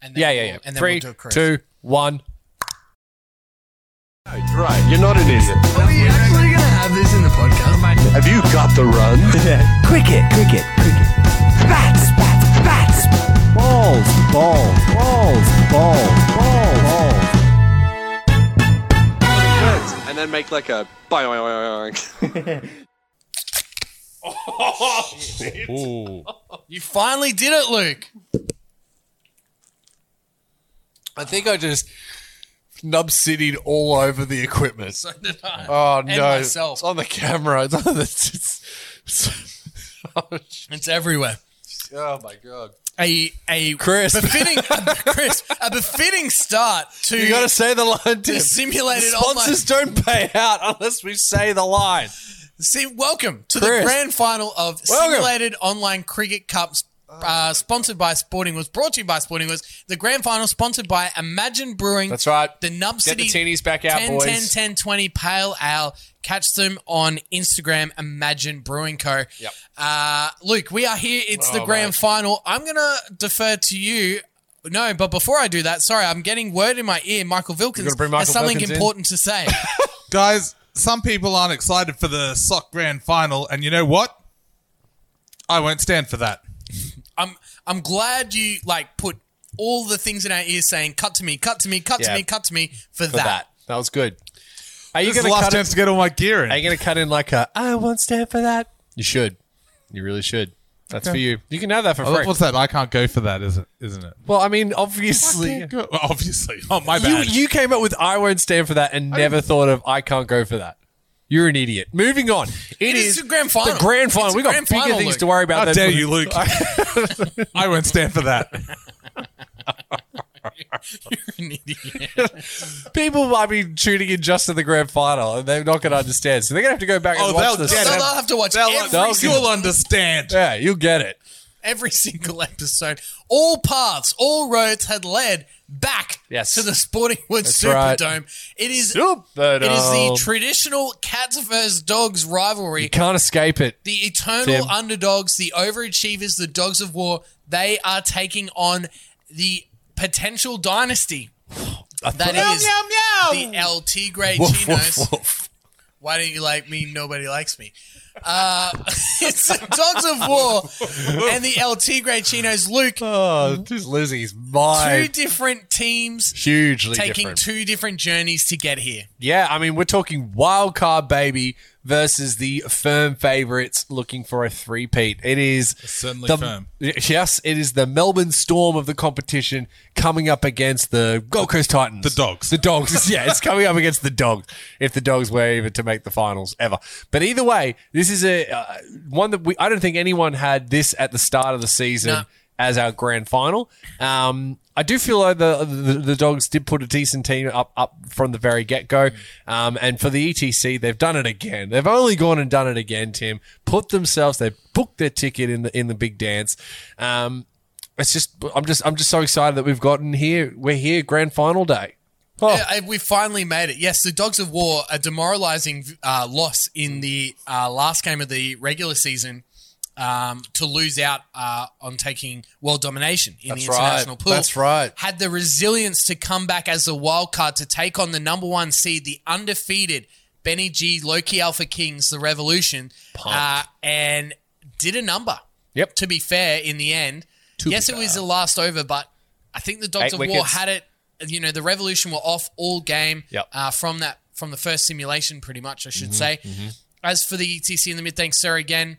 And then Yeah, yeah, we'll- yeah. And then Three, we'll do a cruise. two, one. Right, you're not an idiot. Are we actually going to have this in the podcast? Have you got the run? Cricket, cricket, cricket. Bats, bats, bats. Balls, balls, balls, balls, balls, balls. and then make like a Ooh. You finally did it, Luke. I think I just nub cityed all over the equipment. So did I. oh no! myself. It's on the camera. It's on the. It's, it's- oh, shit. It's everywhere. oh my god! A a Chris. befitting Chris a befitting start to You got to say the line. Tim. the simulated online. Sponsors don't pay out unless we say the line. Sim- welcome to the Chris. grand final of Welcome. simulated online cricket cups. Uh, sponsored by Sporting was brought to you by Sporting was the grand final sponsored by Imagine Brewing. That's right. The Nub Get City the teenies back out, 10, boys. 10, 10, 20 Pale Ale. Catch them on Instagram, Imagine Brewing Co. Yep. Uh, Luke, we are here. It's the Oh, grand mate. final. I'm going to defer to you. No, but before I do that, sorry, I'm getting word in my ear. Michael Vilkins gotta bring has Michael something Vilkins in? important to say. Guys, some people aren't excited for the sock grand final, and you know what? I won't stand for that. I'm I'm glad you like put all the things in our ears saying cut to me, cut to me, cut to Yeah. me, cut to me for, For that. that. That was good. Are you This is the going to last cut? chance In, to get all my gear in. are you going to cut in like a? I won't stand for that. You should. You really should. That's for you. You can have that for Oh, free. What's that? I can't go for that, is it? Isn't it? well, I mean, I obviously. can't go- well, obviously. Oh, my You, bad. you came up with I won't stand for that and never thought of I can't go for that. You're an idiot. Moving on. It is the grand final. The grand It's final. the We got grand bigger final, things Luke. to worry about. How than- dare you, Luke? I won't stand for that. You're an idiot. People might be tuning in just to the grand final and they're not going to understand. So they're going to have to go back and Oh, watch they'll this. get So it. they'll have to watch They'll- every, they'll- single, You'll understand. Yeah, you'll get it. every single episode. All paths, all roads had led back Yes. to the Sporting Woods That's right. Superdome. It is Superdome. it is um, the traditional cats versus dogs rivalry. You can't escape it. The eternal Tim. underdogs, the overachievers, the dogs of war, they are taking on the potential dynasty. That is the El Tigre Chinos. Why don't you like me? Nobody likes me. Uh, it's the dogs of war and the El Tigre Chinos. Luke, Oh, just losing his two mind. different teams Hugely taking different. two different journeys to get here. Yeah, I mean, we're talking wild card baby versus the firm favorites looking for a three-peat. It is certainly the- firm. Yes, it is the Melbourne Storm of the competition coming up against the Gold Coast Titans. The dogs. The dogs. yeah, it's coming up against the dogs. If the dogs were even to make the finals ever. But either way, this is a uh, one that we. I don't think anyone had this at the start of the season No. as our grand final. Um, I do feel like the, the the dogs did put a decent team up up from the very get go, um, and for the ETC they've done it again. They've only gone and done it again. Tim put themselves. They've booked their ticket in the in the big dance. Um, it's just I'm just I'm just so excited that we've gotten here. We're here, grand final day. Oh, Yeah, and we finally made it. Yes, the Dogs of War, a demoralizing uh, loss in the uh, last game of the regular season um, to lose out uh, on taking world domination in the right. international pool. That's right. Had the resilience to come back as a wild card to take on the number one seed, the undefeated Benny G, Loki Alpha Kings, the Revolution, uh, and did a number. Yep. To be fair, in the end, yes, it was the last over, but I think the Dogs Eight of War wickets. had had it. You know, the Revolution were off all game Yep. Mm-hmm, uh, from that from the first simulation, pretty much, I should say. As for the ETC in the mid, thanks, sir, again.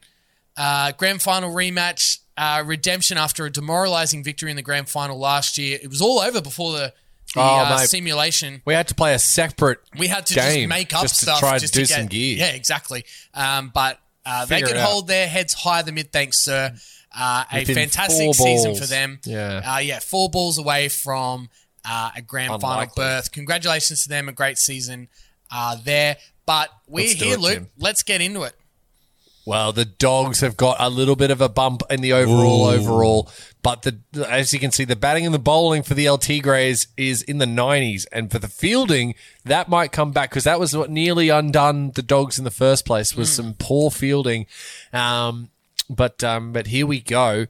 Uh, grand final rematch, uh, redemption after a demoralizing victory in the grand final last year. It was all over before the, the Oh, uh, mate. simulation. we had to play a separate. We had to game just make up just to stuff try to just do get- some gear. Yeah, exactly. Um, but uh, they Figure could it out. hold their heads high. The mid, thanks, sir. Uh, a Within fantastic four season balls. for them. Yeah. uh, yeah, four balls away from uh, a grand final Unlikely. berth. Congratulations to them. A great season uh, there. But we're Let's do here, it, Luke. Tim. Let's get into it. Well, the dogs have got a little bit of a bump in the overall overall, but the as you can see, the batting and the bowling for the LT Greys is in the nineties, and for the fielding, that might come back because that was what nearly undone the dogs in the first Hmm. place was some poor fielding. Um, but um, but here we go.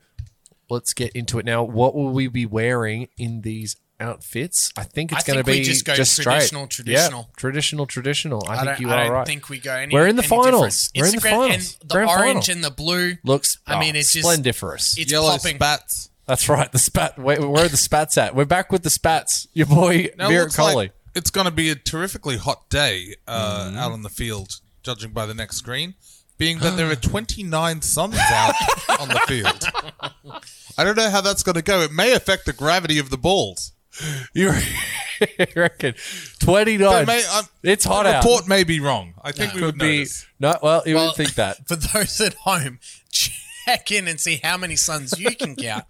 let's get into it now. What will we be wearing in these outfits? I think I it's going to think we be just go straight. traditional, traditional. Yeah, traditional, traditional. I, I think don't, you I are don't right. think we go any. We're in the any finals. difference. We're in the Instagram finals. And the Grand orange final. and the blue. Looks, oh, I mean, it's just- splendiferous. It's Yellow popping. spats. That's right. The spat. Wait, where are the spats at? We're back with the spats. Your boy Now, it Virat looks like Kohli. it's going to be a terrifically hot day uh, Mm-hmm. out on the field, judging by the next screen, being that there are 29 suns out on the field. I don't know how that's going to go. It may affect the gravity of the balls. you reckon twenty nine? But may- I'm- It's hot the out. report may be wrong. I think we Could would be notice. no. Well, you Well, would think that. For those at home, check in and see how many suns you can count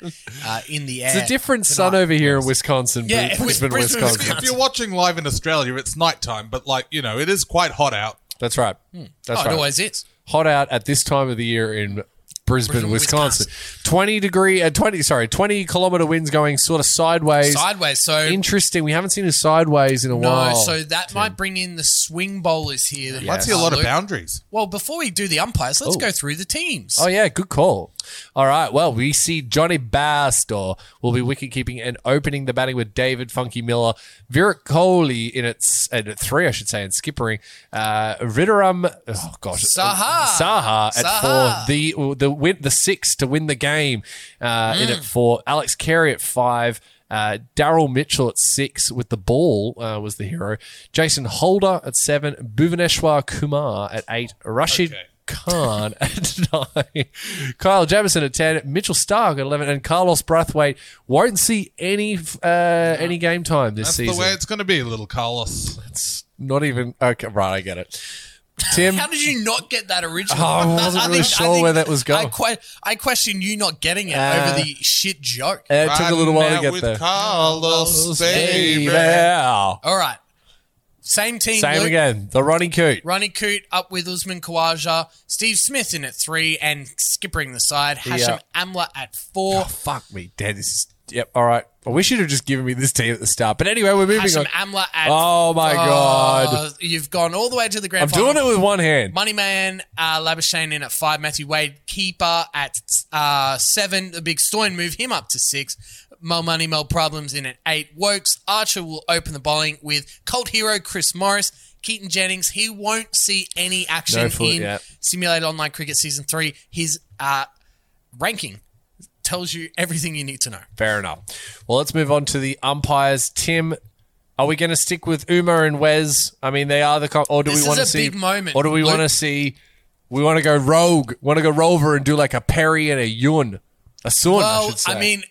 uh, in the air. It's a different sun over here in Wisconsin, Yeah, Bri- it was Brisbane, Brisbane, Wisconsin. Wisconsin. If you're watching live in Australia, it's nighttime, but like you know, it is quite hot out. That's right. Hmm. That's Oh, right. it always is. Hot out at this time of the year in Brisbane, Brisbane, Wisconsin. Twenty degree, uh, twenty sorry, twenty kilometer winds going sort of sideways. Sideways. So Interesting. We haven't seen a sideways in a no. while. So that might bring in the swing bowlers here. that I might see a lot of look- boundaries. Well, before we do the umpires, let's Oh. go through the teams. Oh yeah, good call. All right, well we see Johnny Bastor will be wicket keeping and opening the batting with David Funky Miller, Virat Kohli in its and at three I should say and skippering, uh, Ridaram oh gosh Saha. Saha at Saha. four the the win the six to win the game uh, in Mm. at four Alex Carey at five. Uh, Daryl Mitchell at six with the ball uh, was the hero. Jason Holder at seven. Bhuvaneshwar Kumar at eight. Rashid Khan at nine, Kyle Jamison at ten, Mitchell Stark at eleven, and Carlos Brathwaite won't see any uh, any game time this That's season. the way it's going to be, little Carlos. it's not even okay. Right, I get it. Tim, How did you not get that original? Oh, I wasn't really sure where that was going. I, que- I questioned you not getting it Uh, over the shit joke. Uh, it took a little while Riding to out get with there. Carlos, Hey, baby. yeah. All right. Same team. Same Luke. again. The Ronnie Coot. Ronnie Coote up with Usman Khawaja. Steve Smith in at three and skippering the side. Hashim Amla at four. Oh, Fuck me, Dad. This is yep. All right. I wish you'd have just given me this team at the start. But anyway, we're moving Hashim on. Amla at Oh, my God. You've gone all the way to the grand I'm final. doing it with one hand. Money Man, uh, Labuschagne in at five. Matthew Wade, keeper at uh, seven. The big Stoin move him up to six. Mo Money, Mo Problems in at eight. Wokes, Archer will open the bowling with cult hero Chris Morris. Keaton Jennings, he won't see any action No foot, in yeah. Simulated Online Cricket Season 3. His uh, ranking tells you everything you need to know. Fair enough. Well, let's move on to the umpires. Tim, are we going to stick with Uma and Wes? I mean, they are the co- or do This we is want to a see big moment. or do we Luke- want to see we want to go rogue, want to go rover and do like a Perry and a Yun, a Sun? I Well, should say. I, mean,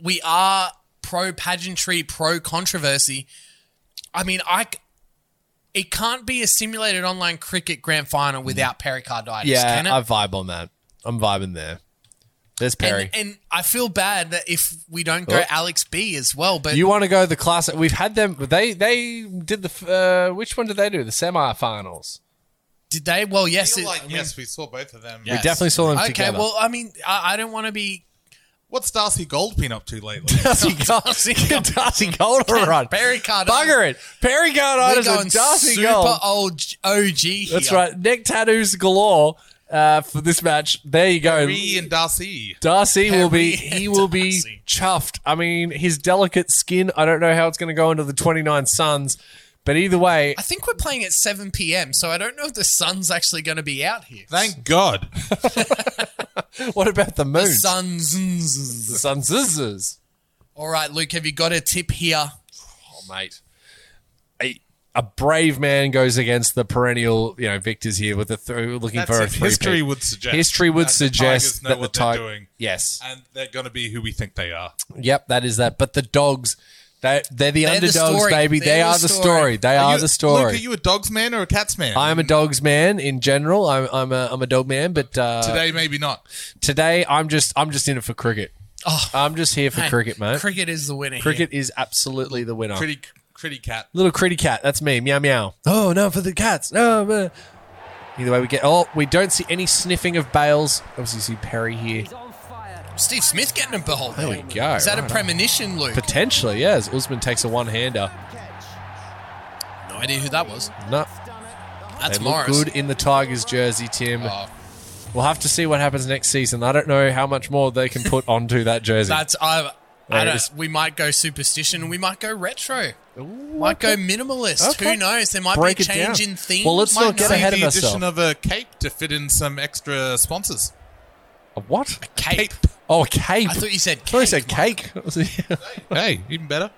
we are pro pageantry, pro controversy. I mean, I c- it can't be a simulated online cricket grand final without pericarditis, yeah, can it? I vibe on that. I'm vibing there. There's Perry. and, and I feel bad that if we don't go Oh. Alex B as well, but you want to go the classic? We've had them. They they did the f- uh, which one did they do? The semifinals. did they? Well, I yes, feel it- like, I mean- yes, we saw both of them. Yes. Definitely saw them Okay, together. well, I mean, I, I don't want to be What's Darcy Gold been up to lately? Darcy Gold, Darcy Gold or run. Perry Cardona. Bugger it. Perry Cardona We're is a going Darcy super Gold. old G- OG here. That's right. Neck tattoos galore uh, for this match. There you go. Bree and Darcy. Darcy will be Perry and he will be Darcy. chuffed. I mean, his delicate skin, I don't know how it's going to go into the 29 Suns, but either way, I think we're playing at 7 p.m., so I don't know if the sun's actually going to be out here. Thank God. what about the moon? the sun's. The sun scissors. All right, Luke, have you got a tip here? Oh, mate. A, a brave man goes against the perennial, you know, victors here with a th- looking That's for a it. three-peat. History would suggest History would that the suggest Tigers know that what the they're Tigers doing. Yes. And they're going to be who we think they are. Yep, that is that. But the dogs, they they're the They're the underdogs, story. baby. They're They're the the story. story. They are, you- Uh, the story. Luke, are you a dogs man or a cats man? I'm a dogs man in general. I'm I'm a I'm a dog man, but uh, today, Today, maybe not. I'm just I'm just in it for cricket. Oh. I'm just here for Hey, cricket, mate. Cricket is the winner. cricket is absolutely the winner. Pretty, pretty cat. Little critty cat, that's me. Meow meow. Oh no, for the cats. No. but- Either way, we get. Oh, we don't see any sniffing of Bales. Obviously, see Perry here. here. Steve Smith getting a ball. There we go. Is that a Right premonition, Luke? Potentially, yeah. As Usman takes a one-hander. no idea who that was. No, That's they look Morris. good in the Tigers jersey, Tim. Oh, We'll have to see what happens next season. I don't know how much more they can put onto that jersey. That's I. I There it don't, is. we might go superstition. We might go retro. might go minimalist. Okay. Who knows? There might Break be a it change down. in theme. Well, let's Might not get not. ahead of the ourselves. addition of a cape to fit in some extra sponsors. A what? Cape. Oh, a cape. I thought you said I thought you cake. said cake. Hey, even better.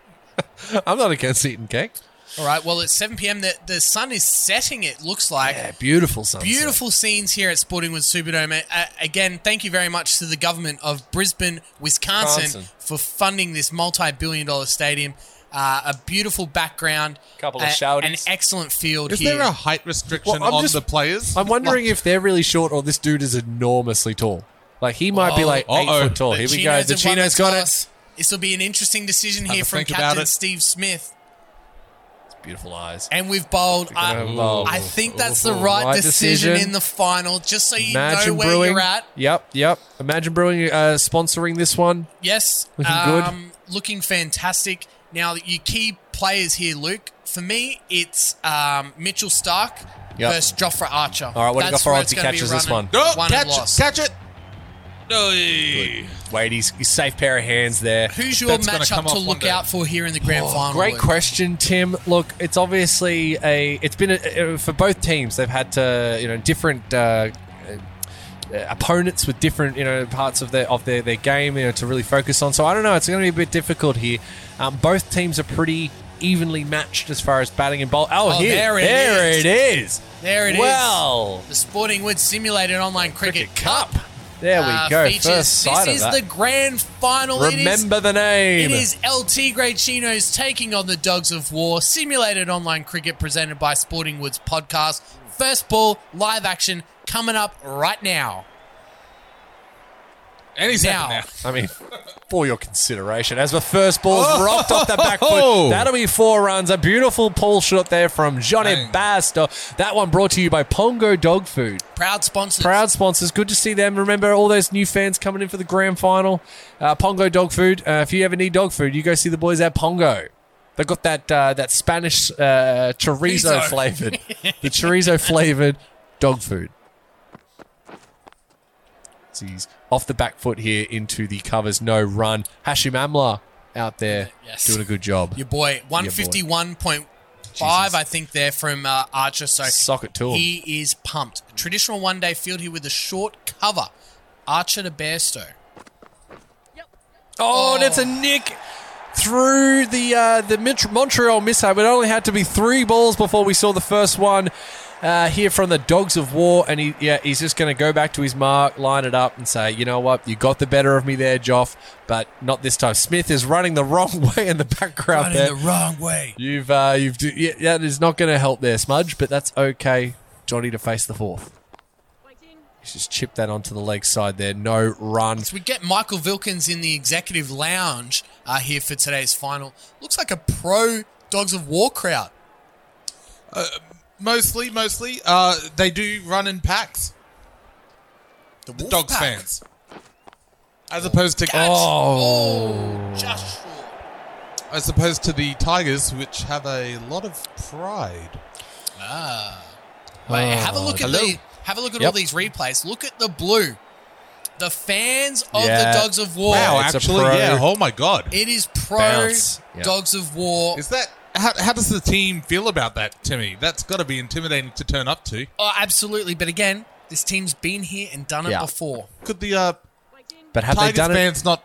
I'm not against eating cake. All right. Well, it's 7 p.m. The, the sun is setting. It looks like. Yeah, beautiful sunset. Beautiful scenes here at Sportingwood Superdome. Uh, again, thank you very much to the government of Brisbane, Wisconsin, Wisconsin. for funding this multi-billion-dollar stadium. Uh, a beautiful background, Couple of a- shouties. an excellent field Is here. there a height restriction Well, I'm on just- the players? I'm wondering if they're really short or this dude is enormously tall. Like he might be like 8 uh-oh. foot tall. Here we Chinos go. Oh, The have won Chino's the got it. toss. This will be an interesting decision Have here to from think about Captain it. Steve Smith. Beautiful eyes. And we've bowled. gonna have a I, bowl. I think that's the Ooh. right, Right decision, decision. in the final, just so you Imagine know where Brewing. you're at. Yep, yep. Imagine Brewing uh, sponsoring this one. Yes. Looking good. good. Looking fantastic. Now, your key players here, Luke. For me, it's um, Mitchell Stark Yep. versus Jofra Archer. All right, what do you That's got for where it's odds he gonna be catches this running. one? No, Won and catch lost. it. Catch it. No. Wait, he's, he's safe pair of hands there. Who's your That's gonna come matchup to off one look day. out for here in the grand final? Oh, Great Luke? question, Tim. Look, it's obviously a. It's been a, uh, for both teams. They've had to, you know, different uh, uh, opponents with different, you know, parts of their of their, their game, you know, to really focus on. So I don't know. It's going to be a bit difficult here. Um, both teams are pretty evenly matched as far as batting and bowl. Oh, Oh, here, there it there is. it is. There it is. Well, The Sporting Woods Simulated Online Cricket, Cup. there we uh, go. features. First sight this is of the that. grand final. It is- Remember the name. It is LT Grey Chinos taking on the Dogs of War, simulated online cricket presented by Sporting Woods Podcast. First ball, live action coming up right now. Any second Now. now. I mean, for your consideration, as the first ball's rocked off the back Oh. foot, that'll be four runs. A beautiful pull shot there from Johnny Bang. Baster. That one brought to you by Pongo Dog Food. Proud sponsors. Proud sponsors. Good to see them. Remember all those new fans coming in for the grand final. Uh, Pongo Dog Food. Uh, if you ever need dog food, you go see the boys at Pongo. They got that uh, that Spanish uh, chorizo Chorizo. flavored, the chorizo flavored dog food. So he's off the back foot here into the covers, no run. Hashim Amla out there Yes. doing a good job. Your boy, 151.5, I think, there from uh, Archer. So Socket tool. he is pumped. Traditional one day field here with a short cover. Archer to Bairstow. Oh, that's a nick through the uh, the Mont- Montreal mishap. It only had to be three balls before we saw the first one uh, here from the Dogs of War, and he yeah he's just going to go back to his mark, line it up, and say, you know what, you got the better of me there, Joff, but not this time. Smith is running the wrong way in the background Running there. the wrong way. you've uh, you've do- yeah, that is not going to help there, Smudge, but that's okay. Johnny to face the fourth. He's just chipped that onto the leg side there. No run. So we get Michael Vilkins in the executive lounge uh, here for today's final. Looks like a pro Dogs of War crowd. Mostly, mostly. Uh, they do run in packs. The, Wolf dogs pack. fans, as opposed to Oh, just short. as opposed to the tigers, which have a lot of pride. Wait, have a look at hello. the, have a look at Oh, Yep. all these replays. Look at the blue. The fans of Yeah. the Dogs of War. Wow, Oh, It's a actually, pro- yeah. Oh my god, It is pro Bounce. Yeah. Dogs of War. is that how, how does the team feel about that, Timmy? That's got to be intimidating to turn up to. Oh, absolutely. But again, this team's been here and done it Yeah. before. Could the uh, But have Tigers they done it? fans not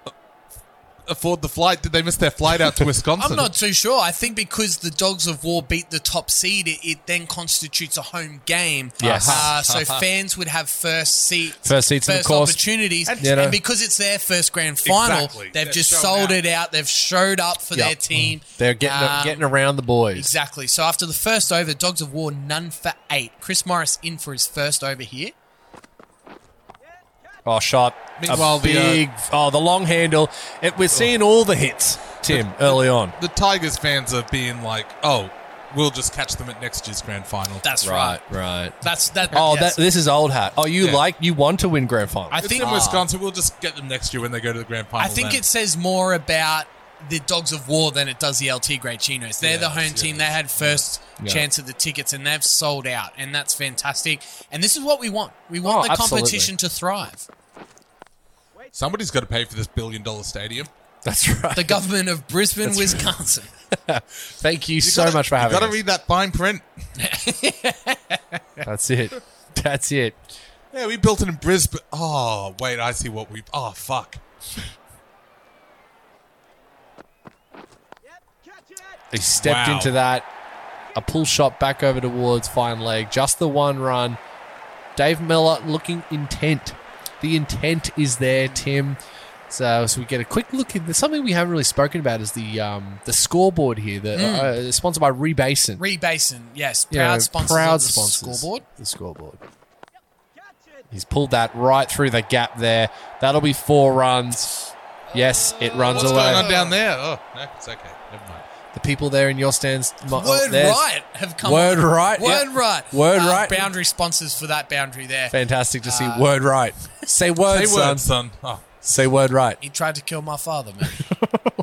afford the flight? Did they miss their flight out to Wisconsin? I'm not too sure. I think because the Dogs of War beat the top seed, it, it then constitutes a home game. Yes. Uh, so fans would have first seat, First seats, and of first course- opportunities, and, You know- because it's their first grand final, Exactly. they've They're just shown sold out. it out. They've showed up for Yep. their team. Mm. They're getting Um, getting around the boys. Exactly. So after the first over, Dogs of War none for eight. Chris Morris in for his first over here. Oh, shot. Meanwhile, a the, uh, big. oh, the long handle. It, we're seeing all the hits, Tim, early on. the Tigers fans are being like, oh, we'll just catch them at next year's grand final. That's right. right. That's that. Oh, yes. that, this is old hat. Oh, you Yeah. like you want to win grand final. I It's think Oh, in Wisconsin. We'll just get them next year when they go to the grand final. I think then. it says more about the Dogs of War than it does the LT Grey Chinos. They're the home team. They had first chance of the tickets, and they've sold out, and that's fantastic. And this is what we want. We want Oh, the absolutely. competition to thrive. Somebody's got to pay for this billion dollar stadium. That's right. The government of Brisbane, Wisconsin. Thank you, so much for having Got to us. read that fine print. That's it. That's it. Yeah, we built it in Brisbane. Oh, wait, I see what we. Oh, fuck. He stepped Wow. into that. A pull shot back over towards fine leg. Just the one run. Dave Miller looking intent. The intent is there, Tim. So, so we get a quick look in. There's something we haven't really spoken about is the um, the scoreboard here. The uh, sponsored by Rebasin. Rebasin, yes. Hmm. Proud Yeah, sponsors proud of the sponsors. scoreboard. The scoreboard. He's pulled that right through the gap there. That'll be four runs. Yes, it runs What's away. going on down there? Oh, no, it's okay. Never mind. The people there in your stands. my- oh, Word there's- right have come. Word up. right, Word yeah. right. Word right. Boundary sponsors for that boundary there. Fantastic to see. word right. Say word, Hey, son. word, son. Oh, Say word right. He tried to kill my father, man.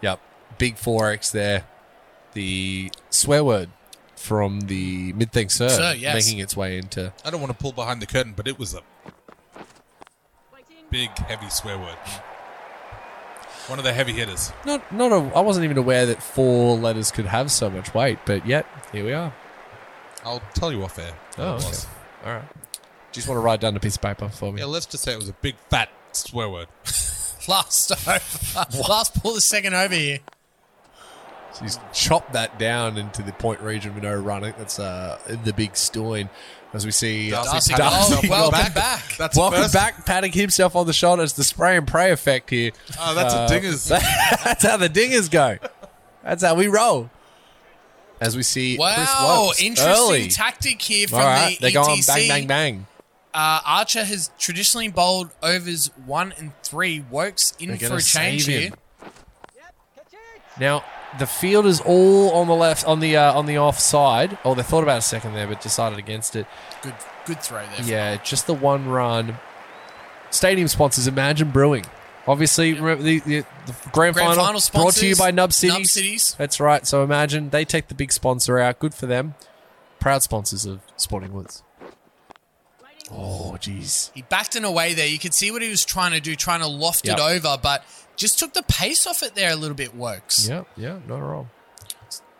Yep. Big 4X there. The swear word from the mid thing sir, Sir, yes. making its way into. I don't want to pull behind the curtain, but it was a big, heavy swear word. One of the heavy hitters. Not, not. A, I wasn't even aware that four letters could have so much weight, but yet here we are. I'll tell you off air. what Oh, it okay. was. All right. Do you just want to write down a piece of paper for me? Yeah, let's just say it was a big, fat swear word. Last over. Last pull the second over here. He's chopped that down into the point region with no running. That's uh, the big Stoin. As we see, Darcy, Darcy oh, Darcy welcome back. back. That's welcome first- back, patting himself on the shoulder. It's the spray and pray effect here. Oh, that's a dinger's. That's how the dingers go. That's how we roll. As we see, Chris Wow, Wokes interesting early. tactic here from All right, the E they're going ETC. bang, bang, bang. Uh, Archer has traditionally bowled overs one and three. Wokes in They're for going a to save change here. him. Now the field is all on the left, on the uh, on the offside. Oh, they thought about a second there, but decided against it. Good, good throw there. Yeah, just the one run. Stadium sponsors, Imagine Brewing. Obviously, remember the, the, the grand, Grand final, final brought to you sponsors, by Nub Cities. Nub Cities. That's right. So Imagine they take the big sponsor out. Good for them. Proud sponsors of Sporting Woods. Oh, jeez. He backed and away there. You could see what he was trying to do, trying to loft Yep. it over, but just took the pace off it there a little bit. Wokes. Yeah, yeah, not wrong.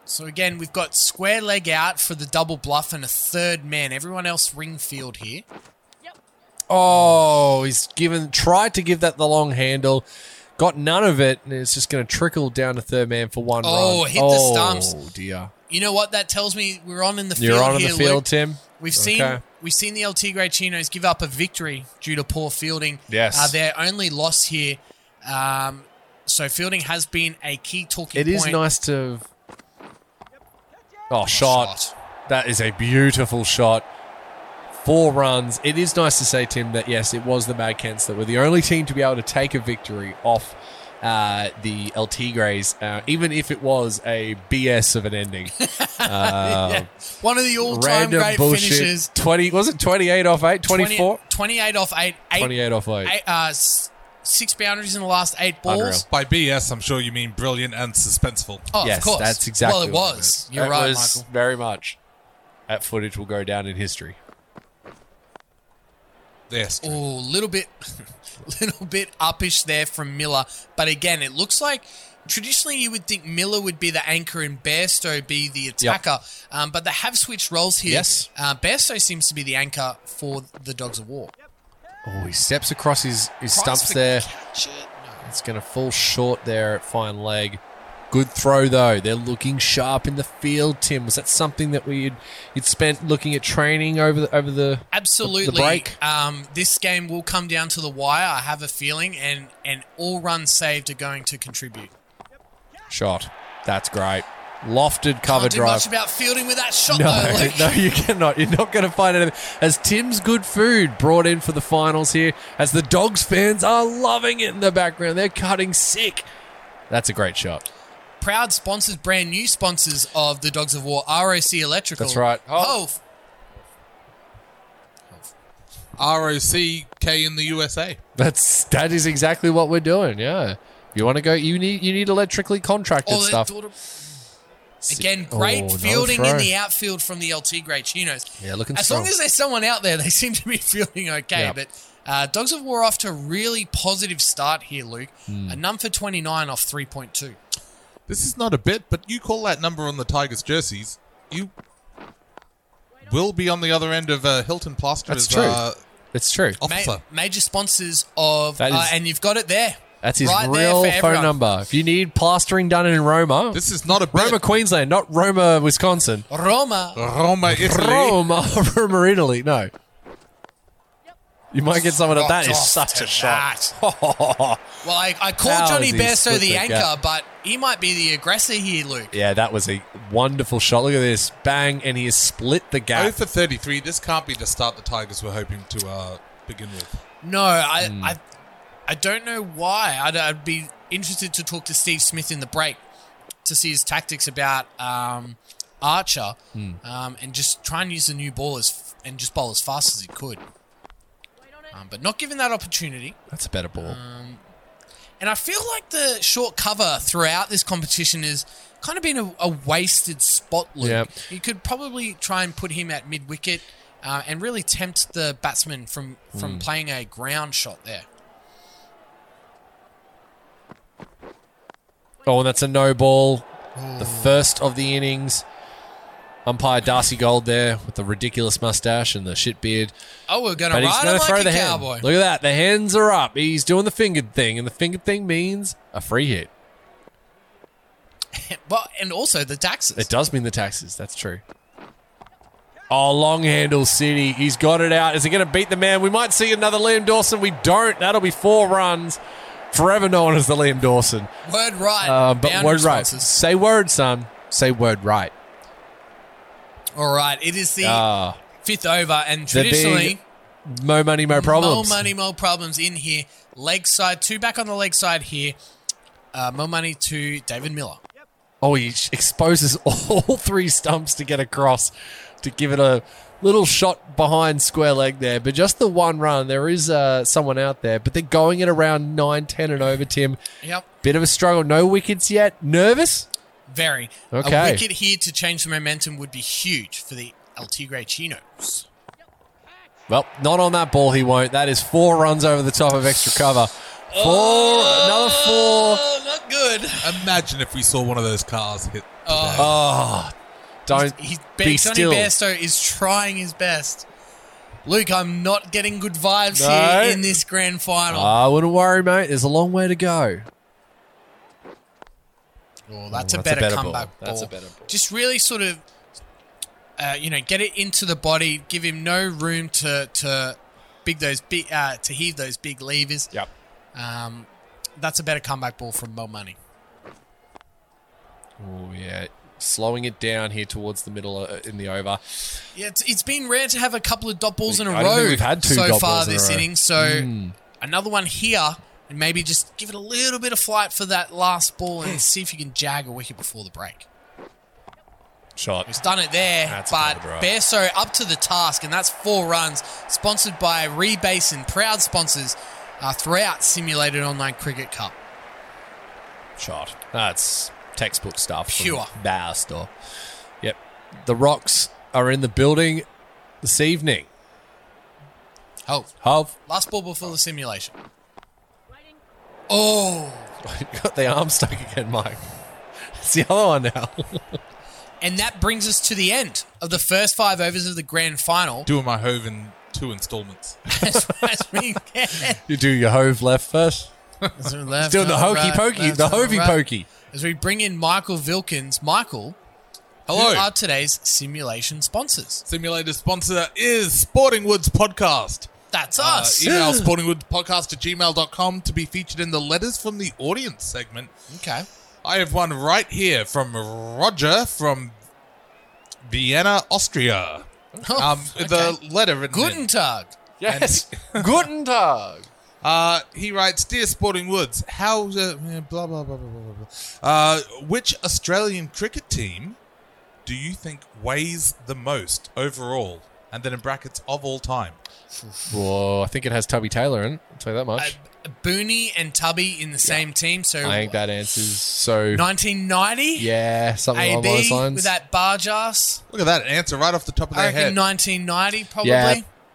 So again, we've got square leg out for the double bluff and a third man. Everyone else ring field here. Oh, he's given tried to give that the long handle, got none of it, and it's just going to trickle down to third man for one Oh, run. hit the stumps. Oh dear, You know what? That tells me we're on in the field you're on in here, the field, Luke. Tim. We've Okay. seen we've seen the LT Grey Chinos give up a victory due to poor fielding. Yes. uh, their only loss here. Um, so fielding has been a key talking. It is point. nice to. Oh, shot. shot. That is a beautiful shot. Four runs. It is nice to say, Tim, that yes, it was the Mad Kents that were the only team to be able to take a victory off uh, the LT Greys, uh, even if it was a BS of an ending. Yeah. One of the all-time Random great bullshit. finishes. 20, was it 28 off 8? 24? 20, 28 off eight. Eight. 28 off 8. eight uh, s- six boundaries in the last eight balls. Unreal. By BS, I'm sure you mean brilliant and suspenseful. Oh, yes, of course. that's exactly Well, it what was. meant. You're It right, was Michael. Very much. That footage will go down in history. Yes. Oh, little bit, little bit uppish there from Miller. But again, it looks like traditionally you would think Miller would be the anchor and Bairstow be the attacker. Um, but they have switched roles here. Yes. Uh, Bairstow seems to be the anchor for the Dogs of War. Oh, he steps across his, his Price stumps for there. catch it. No. It's going to fall short there at fine leg. Good throw though. They're looking sharp in the field. Tim, was that something that we would you'd spent looking at training over the, over the? Absolutely. break. Um, this game will come down to the wire. I have a feeling, and and all runs saved are going to contribute. Shot. That's great. Lofted cover Can't do drive. much about fielding with that shot, No, though. Luke. no, you cannot. You're not going to find anything. As Tim's good food brought in for the finals here, as the Dogs fans are loving it in the background. They're cutting sick. That's a great shot. proud sponsors, brand new sponsors of the Dogs of War, ROC Electrical. That's right. Oh. Oh. R O C K in the USA. That's that is exactly what we're doing. Yeah. You want to go? You need you need electrically contracted Oh, that stuff. daughter- Again, great Oh, no fielding in throw. the outfield from the LT Great Chinos. Yeah, looking As strong. long as there's someone out there, they seem to be fielding okay. Yeah. But uh, Dogs of War off to a really positive start here, Luke. Hmm. A num for 29 off 3.2. This is not a bit, but you call that number on the Tigers jerseys, you will be on the other end of uh, Hilton That's Plaster's true. Uh, it's true. Ma- offer. major sponsors of, That uh, is- and you've got it there. That's his Right there real for phone everyone. number. If you need plastering done in Roma, This is not a bit. Roma, Queensland, not Roma, Wisconsin. Roma. Roma, Italy. Roma, Roma, Italy. No. You might get someone at Rocked that is off such to a shot. Well, I, I called How Johnny is he Bairstow split the the anchor, gap? but he might be the aggressor here, Luke. yeah, that was a wonderful shot. Look at this. Bang, and he has split the 0 gap. for 33. This can't be the start the Tigers were hoping to uh, begin with. No, I, Hmm. I, I don't know why. I'd, I'd be interested to talk to Steve Smith in the break to see his tactics about um, Archer Hmm. um, and just try and use the new ball as f- and just bowl as fast as he could. Um, but not given that opportunity. That's a better ball. And I feel like the short cover throughout this competition is kind of been a, a wasted spot, Luke. Yep. You could probably try and put him at mid wicket uh, and really tempt the batsman from, from Hmm. playing a ground shot there. Oh, and that's a no ball. The Hmm. first of the innings. Umpire Darcy Gold there with the ridiculous mustache and the shit beard. Oh, we're going to But he's ride going him to throw like the a hand. cowboy. Look at that. The hands are up. He's doing the fingered thing, and the fingered thing means a free hit. But, and also the taxes. It does mean the taxes. That's true. Oh, long handle City. He's got it out. Is he going to beat the man? We might see another Liam Dawson. We don't. That'll be four runs. Forever known as the Liam Dawson. Word right. Uh, but boundary word right. sponsors. Say word, son. Say word right. All right. It is the Ah, fifth over, and The big traditionally, mo money, mo problems. more money, more problems in here. Leg side, two back on the leg side here. Uh, more money to David Miller. Oh, he sh- exposes all three stumps to get across to give it a little shot behind square leg there. But just the one run, there is uh, someone out there, but they're going at around 9, 10 and over, Tim. Yep. Bit of a struggle. No wickets yet. Nervous? Very. Okay. A wicket here to change the momentum would be huge for the El Tigre Chinos. Well, not on that ball, he won't. That is four runs over the top of extra cover. Four, another four. Oh, not good. Imagine if we saw one of those cars hit. Oh, Oh, don't he's, be Johnny still. Bairstow is trying his best. Luke, I'm not getting good vibes No. Ah. here in this grand final. I wouldn't worry, mate. There's a long way to go. Oh, that's, that's a a better, better ball. comeback ball. That's a better ball. Just really sort of, uh, you know, get it into the body, give him no room to to big those big uh, to heave those big levers. Yep. Um, that's a better comeback ball from Mo Money. Oh, yeah. Slowing it down here towards the middle uh, in the over. Yeah, it's, it's been rare to have a couple of dot balls in a I don't row think we've had two so dot far balls in a this row. Hmm. inning. So another one here, and maybe just give it a little bit of flight for that last ball and see if you can jag a wicket before the break. He's Shot. done it there, That's but kind of right. Bearso up to the task, and that's four runs, sponsored by Rebasin, proud sponsors uh, throughout Simulated Online Cricket Cup. Shot. That's textbook stuff. from Pure. Bairstow. Yep. The Rocks are in the building this evening. Oh, Hov. last ball before the simulation. Oh, You got the arm stuck again, Mike. It's the other one now. and that brings us to the end of the first five overs of the grand final. Doing my hove in two installments. as, as we get. you do your hove left first. As we left, Doing the right, hokey pokey, left, the hovey right. pokey. As we bring in Michael Vilkins. Michael, Hello. who are today's simulation sponsors? Simulator sponsor is Sporting Woods Podcast. That's Uh, us. email sportingwoodspodcast at gmail.com to be featured in the Letters from the Audience segment. Okay. I have one right here from Roger from Vienna, Austria. Oh, Um, The letter written in. Guten Tag. Yes. Guten Tag. Uh, he writes, "Dear Sporting Woods, how uh, blah blah blah blah blah blah." Uh, which Australian cricket team do you think weighs the most overall and then in brackets of all time. Whoa, I think it has Tubby Taylor in it. I'll tell you that much. Uh, Booney and Tubby in the same team. So I, think that answers. So, 1990, yeah, something along AB those lines. with that barge ass. Look at that answer right off the top of I their reckon head. 1990 probably. yeah,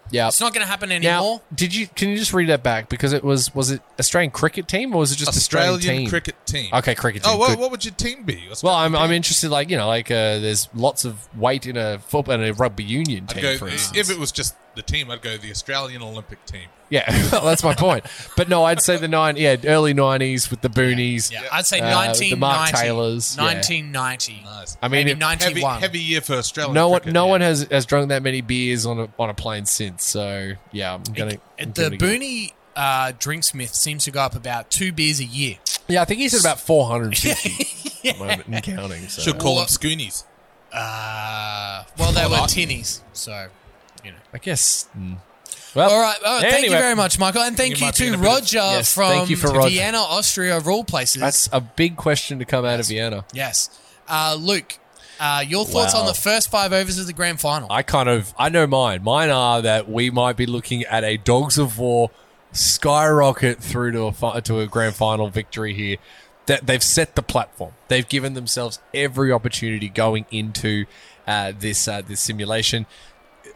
yeah. It's not going to happen Now, anymore. did you? Can you just read that back? Because it was was it Australian cricket team or was it just Australian, Australian team? cricket team. Okay, cricket team. Oh, well, good. what would your team be? Well, I'm, I'm interested. Like you know, like uh, there's lots of weight in a football and a rugby union I'd team, go, for instance. if it was just the team, I'd go the Australian Olympic team. yeah, well, that's my point. But no, I'd say the nine, yeah, early '90s with the Boonies. Yeah, I'd say Uh, 1990. the Mark Taylors, yeah. 1990. Nice. I mean, Maybe if- Heavy, 91. heavy year for Australian. no one, cricket, no yeah. one has has drunk that many beers on a on a plane since. So yeah, I'm gonna. I'm the gonna give it- Booney uh, drink smith seems to go up about two beers a year. Yeah, I think he said about 450 at the moment and counting. So. should call them Scoonies. Uh, well, they were tinnies, so you know. I guess. mm. Well, All right. all right, thank you anyway, very much, Michael, and thank You you, might be in to a bit of- Roger Yes, from thank you for Roger. Vienna, Austria, of all places. That's a big question to come out of Vienna. yes. Uh, Luke, uh, your thoughts on Wow. the first five overs of the grand final? I kind of I know mine. Mine are that we might be looking at a Dogs of War skyrocket through to a fi- to a grand final victory here. That they've set the platform. They've given themselves every opportunity going into uh, this uh, this simulation.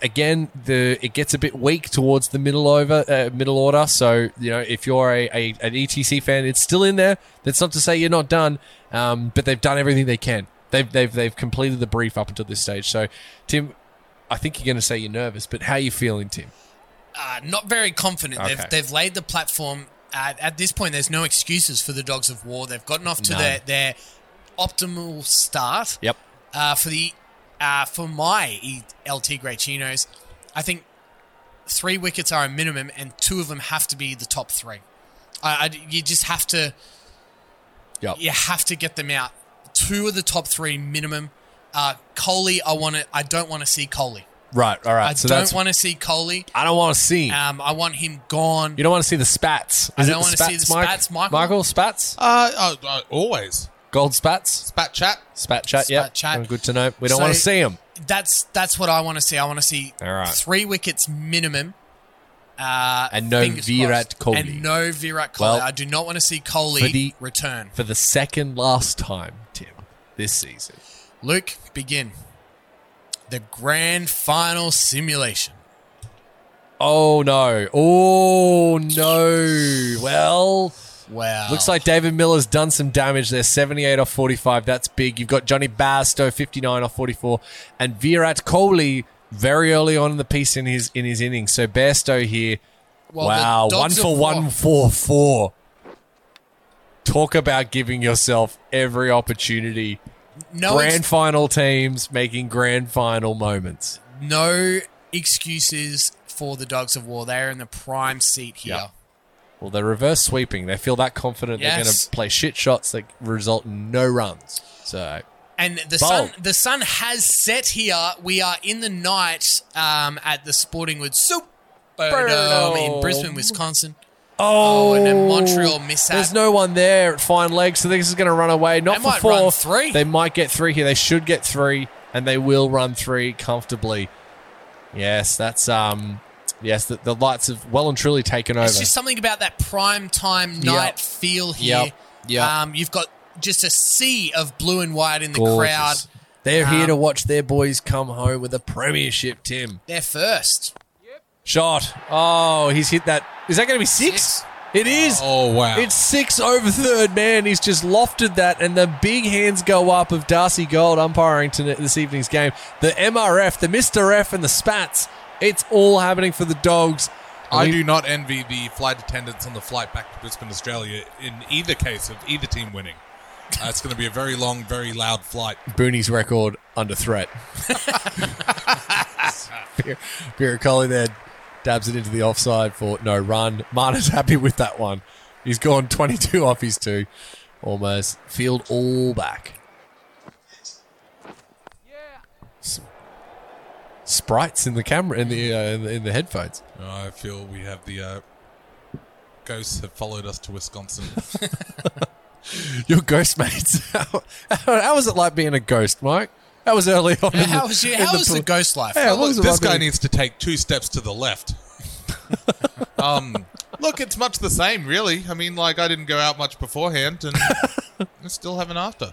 Again, the it gets a bit weak towards the middle over uh, middle order. So you know, if you're a, a an ETC fan, it's still in there. That's not to say you're not done, um, but they've done everything they can. They've, they've they've completed the brief up until this stage. So, Tim, I think you're going to say you're nervous, but how are you feeling, Tim? uh, not very confident. Okay. They've, they've laid the platform. At, at this point, there's no excuses for the Dogs of War. They've gotten off to None. their, their optimal start. Yep. Uh, for the uh, for my E- LT Grey Chinos, I think three wickets are a minimum, and two of them have to be the top three. I, I- you just have to Yep. you have to get them out. Two of the top three minimum. Uh, Coley, I want to. I don't want to see Coley. Right. All right. I so don't that's, want to see Coley. I don't want to see. Um, I want him gone. you don't want to see the spats. I Is it don't the wanna see the Mike? spats, Michael. Michael spats. Uh, uh, uh, always. Gold spats. Spat chat. Spat chat. Spat Yeah. chat. Good to know. We don't So- want to see them. That's that's what I want to see. I want to see All right. three wickets minimum. Uh, And no fingers Virat crossed. Kohli. And no Virat Kohli. Well, I do not want to see for Kohli the- return. For the second last time, Tim, this season. Luke, begin. The grand final simulation. Oh no. Oh no. Well. Wow. Looks like David Miller's done some damage there. 78 off 45. That's big. You've got Johnny Bairstow, 59 off 44. And Virat Kohli very early on in the piece in his in his innings. So Bairstow here. Well, Oh, the wow. One Dogs for of one War- for four. Talk about giving yourself every opportunity. no grand ex- final teams making grand final moments. no excuses for the Dogs of War. They're in the prime seat here. Yeah. Well, they're reverse sweeping. They feel that confident they're going Yes. to play shit shots that result in no runs. So And the sun, Bold. the sun has set here. We are in the night um, at the Sportingwood Superdome in Brisbane, Wisconsin. Oh, and then Montreal miss that. There's no one there at fine leg, so this is going to run away. Not They for might four. run three. They might get three here. They should get three, and they will run three comfortably. Yes, that's um, yes, the, the lights have well and truly taken over. It's just something about that prime time night feel here. Yep. Yep. Um, you've got just a sea of blue and white in the Gorgeous. crowd. They're here Um, to watch their boys come home with a premiership. Tim They're first. shot. Oh, he's hit that. Is that going to be six? Six. It is. Oh, wow. It's six over third, man. He's just lofted that, and the big hands go up of Darcy Gold umpiring tonight this evening's game. The MRF, the Mr. F, and the Spats. It's all happening for the dogs. I We- do not envy the flight attendants on the flight back to Brisbane, Australia, in either case of either team winning. Uh, it's going to be a very long, very loud flight. Booney's record under threat. Vera Coley there dabs it into the offside for no run. Marta's happy with that one. He's gone 22 off his two. Almost. Field all back. S- Sprites in the camera, in the, uh, in the in the headphones. I feel we have the uh, ghosts have followed us to Wisconsin. Your ghost mates. how, how was it like being a ghost, Mike? That was early on. in the- How was, your, in how was the pool. ghost life? Yeah, what was it this like guy with- needs to take two steps to the left. um, look, it's much the same, really. I mean, like I didn't go out much beforehand, and I still haven't after.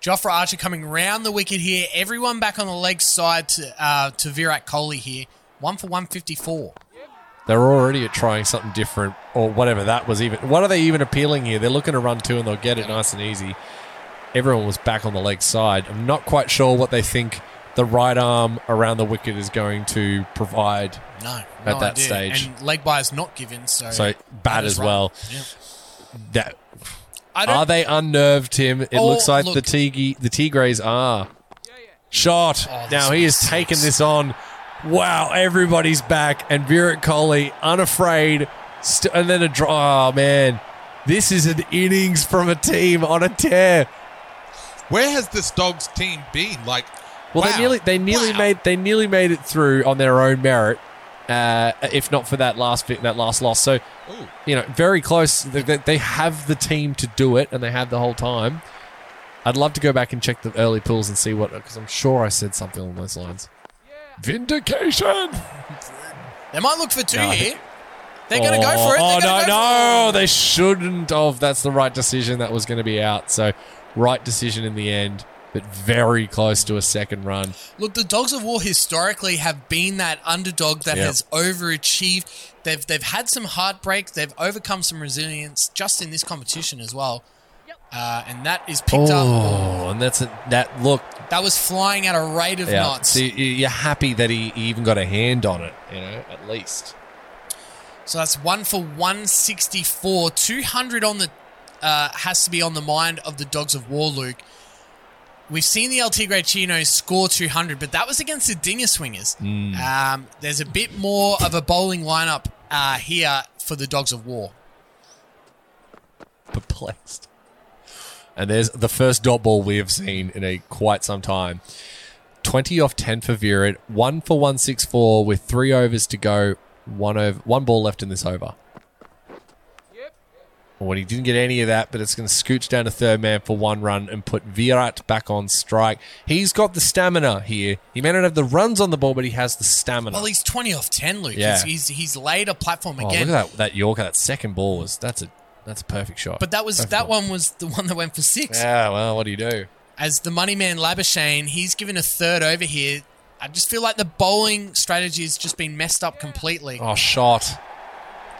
Jofra Archer coming round the wicket here. Everyone back on the leg side to uh, to Virat Kohli here. One for one fifty four. They're already at trying something different or whatever that was even. What are they even appealing here? They're looking to run two and they'll get it nice and easy. Everyone was back on the leg side. I'm not quite sure what they think the right arm around the wicket is going to provide. No, at that stage. and leg by is not given. So, So that bad is as right. well. Yeah. That I don't. are they unnerved, Tim? It Oh, looks like look. the Tigre, the Tigres are shot. Oh, this now he is taking this on. Wow, everybody's back, and Virat Kohli unafraid, st- and then a draw. Oh man, this is an innings from a team on a tear. Where has this dog's team been? Like, Well, wow, they nearly they nearly wow. made they nearly made it through on their own merit, uh, if not for that last bit, that last loss. So Ooh. you know, very close. They, they, they have the team to do it, and they have the whole time. I'd love to go back and check the early pools and see what, because I'm sure I said something along those lines. Vindication. they might look for two No, I here. They're going to go for it. Oh They're no, gonna go no, for it. they shouldn't. have. that's the right decision. That was going to be out. So, right decision in the end, but very close to a second run. Look, the Dogs of War historically have been that underdog that Yeah. has overachieved. They've they've had some heartbreak. They've overcome some resilience just in this competition as well. Uh, and that is picked up. Oh, and that's a, that look. That was flying at a rate of Yeah, knots. so you- you're happy that he, he even got a hand on it. You know, at least. So that's one for 164. 200 on the uh, has to be on the mind of the Dogs of War, Luke. We've seen the LT Grey Chinos score 200, but that was against the Dinger Swingers. Mm. Um, there's a bit more of a bowling lineup uh, here for the Dogs of War. perplexed. And there's the first dot ball we have seen in a quite some time. 20 off 10 for Virat, 1 for 164 with 3 overs to go, 1 over one ball left in this over. Well, he didn't get any of that, but it's going to scooch down to third man for one run and put Virat back on strike. He's got the stamina here. He may not have the runs on the ball, but he has the stamina. Well, he's 20 off 10, Luke. Yeah. He's, he's, he's laid a platform oh, again. look at that, that Yorker, that second ball was that's a that's a perfect shot. But that was Perfect that ball. one was the one that went for six. Yeah, well, what do you do? as the money man Labashane, he's given a third over here. I just feel like the bowling strategy has just been messed up completely. Oh, shot.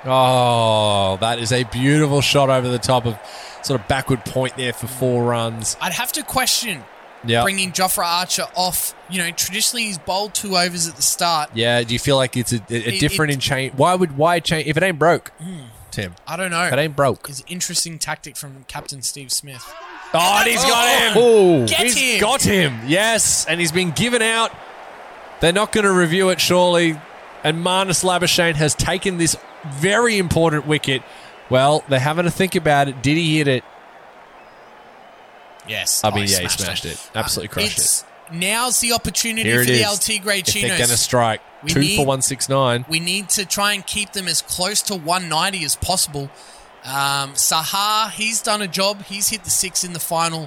Oh, that is a beautiful shot over the top of sort of backward point there for four runs. I'd have to question Yeah. bringing Jofra Archer off. You know, traditionally he's bowled two overs at the start. Yeah, do you feel like it's a, a It- different it- in chain? Why would why change if it ain't broke? Tim, I don't if it know. ain't broke. It's an interesting tactic from Captain Steve Smith. Oh, and he's got him. Oh, Ooh, get he's him. got him. Yes, and he's been given out. They're not going to review it, surely. And Marnus Labuschagne has taken this very important wicket. Well, they're having to think about it. Did he hit it? Yes. Oh, I mean, yeah, Oh, he smashed it. Absolutely crushed it. it's, Now's the opportunity Here for it the is. LT Grey If they're Chinos. going to strike, We two need- for one six nine. We need to try and keep them as close to 190 as possible. Um, Sahar, he's done a job. He's hit the six in the final,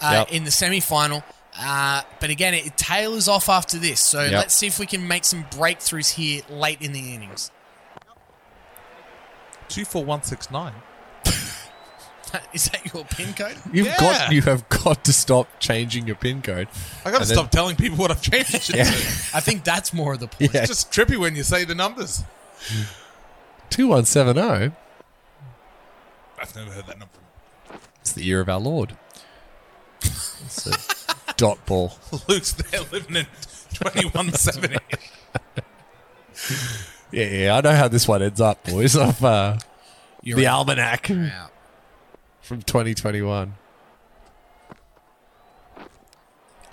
uh, Yep. in the semi final. Uh, but again, it, it tailors off after this. So Yep. let's see if we can make some breakthroughs here late in the innings. two four one six nine. Is that your pin code? You've Yeah. got, you have got to stop changing your pin code. I got to And then- stop telling people what I've changed. it to. I think that's more of the point. Yeah. It's just trippy when you say the numbers. Two one seven oh zero. I've never heard that number. It's the year of our Lord. It's a dot ball. Luke's there living in twenty one seventy. Yeah, yeah, I know how this one ends up, boys. Of uh, You're the out. almanac from twenty twenty one.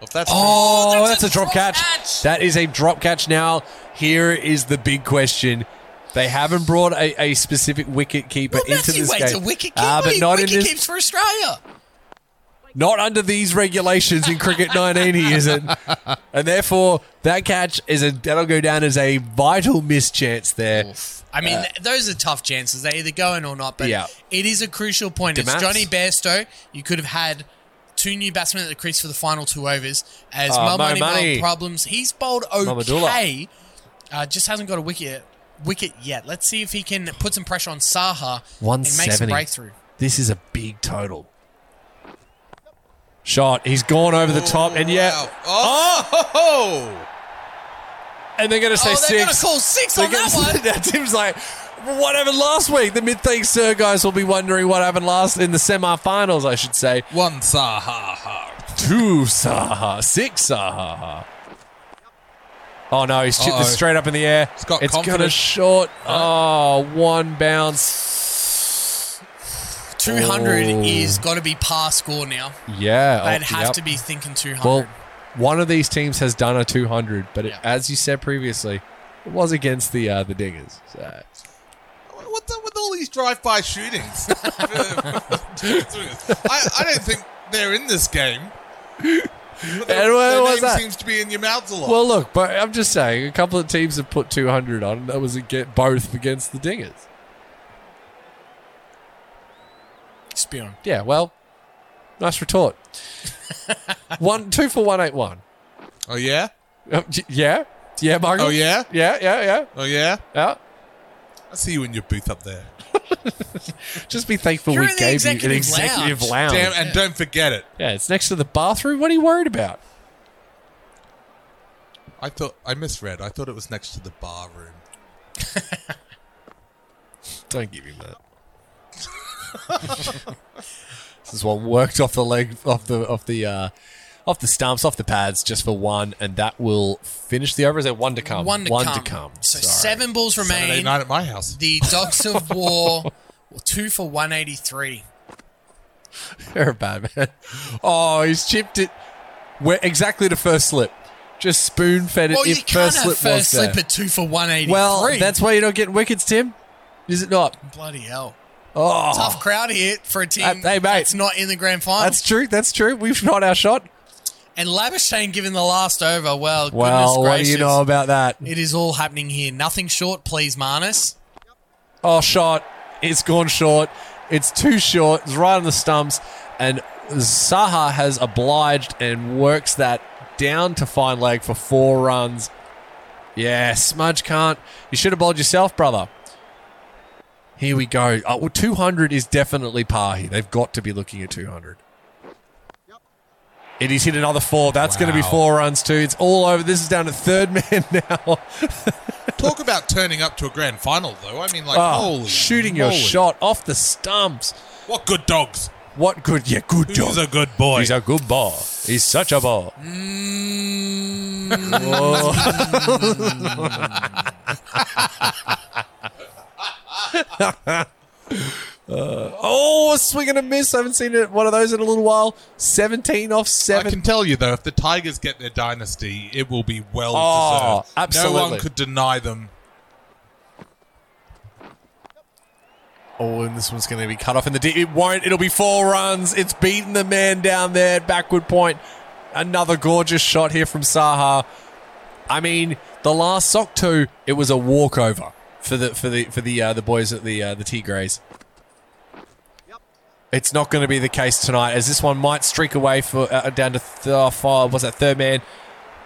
If that's Oh, that's that's, a a drop, drop catch. catch. That is a drop catch. Now, here is the big question. They haven't brought a, a specific wicket keeper Well, into Matthew this Wade's game. a wicket keeper. Ah, but He not in wicket this. keeps for Australia. Not under these regulations in cricket 19, he isn't. And therefore, that catch is a that'll go down as a vital mischance there. I mean, th- those are tough chances. They either go in or not, but Uh, Yeah. it is a crucial point. It's Demaps? Johnny Bairstow. You could have had two new batsmen at the crease for the final two overs. As Oh, Mum Mo Money Money. Mum problems, he's bowled Mamadula. okay. Uh, just hasn't got a wicket wicket yet. Let's see if he can put some pressure on Saha and make some 170. breakthrough. This is a big total. Shot. He's gone over the top, and yeah, Wow. Oh, ho, and they're going to say oh, they're going to 6 call six They're on that gonna- one. That team's like, what happened last week? The mid thanks sir guys will be wondering what happened last in the semi-finals, I should say. ho. one sa ha ha. Two Saha, six Saha. Oh no, he's chipped Uh-oh. this straight up in the air. He's got it's got a confidence. Uh. short. Oh, one bounce. Two hundred Oh. is got to be par score now. Yeah, They'd oh, have yep. to be thinking two hundred. Well, one of these teams has done a 200, but it, Yeah. as you said previously, it was against the uh, the Dingers. So. What's up with all these drive-by shootings? I, I don't think they're in this game. But their- And what their was name that? seems to be in your mouths a lot. Well, look, but I'm just saying, a couple of teams have put 200 on. That was against, both against the Dingers. Spion. Yeah, well, nice retort. one, two for one eight one. oh yeah, Uh, y- Yeah, yeah, Margaret. Oh, yeah? yeah, yeah, yeah, oh yeah. yeah. I see you in your booth up there. Just be thankful You're we in the gave you an executive executive lounge. Damn, and don't forget it. Yeah, it's next to the bathroom. What are you worried about? I thought I misread. I thought it was next to the bar room. Don't give him that. this is what worked off the leg, off the off the uh, off the stumps, off the pads, just for one, and that will finish the over. Is there one to come? One to come. So Sorry. seven balls Saturday remain. night at my house. The Dogs of War, well, two for 183. You're a bad man. Oh, he's chipped it. Where exactly the first slip? Just spoon fed it. Well, you if can't first have slip first was there. slip at two for 183. well, that's why you're not getting wickets, Tim. Is it not? bloody hell. Oh, Tough crowd here for a team That- hey, mate. that's not in the grand final. that's true. That's true. We've not our shot. and Labuschagne given the last over. Well, Well, goodness what gracious. do you know about that? It is all happening here. Nothing short, please, Marnus. Oh, shot. It's gone short. It's too short. It's right on the stumps. And Saha has obliged and works that down to fine leg for four runs. Yeah, Smudge can't. You should have bowled yourself, brother. Here we go. Oh, well, 200 is definitely par here. They've got to be looking at 200. And he's hit another four. That's going to be Wow. four runs, too. It's all over. This is down to third man now. Talk about turning up to a grand final, though. I mean, like, Oh, holy shooting your moly. shot off the stumps. What good dogs? What good? Yeah, good He's a dog. good boy. He's a good ball. He's such a ball. Mm. oh, a swing and a miss. I haven't seen it, one of those in a little while. 17 off I 7. can tell you though, if the Tigers get their dynasty, it will be well Oh, deserved. No absolutely. one could deny them. Oh, and this one's going to be cut off in the deep. It won't. It'll be four runs. It's beaten the man down there at backward point. Another gorgeous shot here from Saha. I mean, the last sock two, it was a walkover for the for the for the uh, the boys at the uh, the Tigres. It's not going to be the case tonight, as this one might streak away for uh, down to th- uh, five. What's that third man?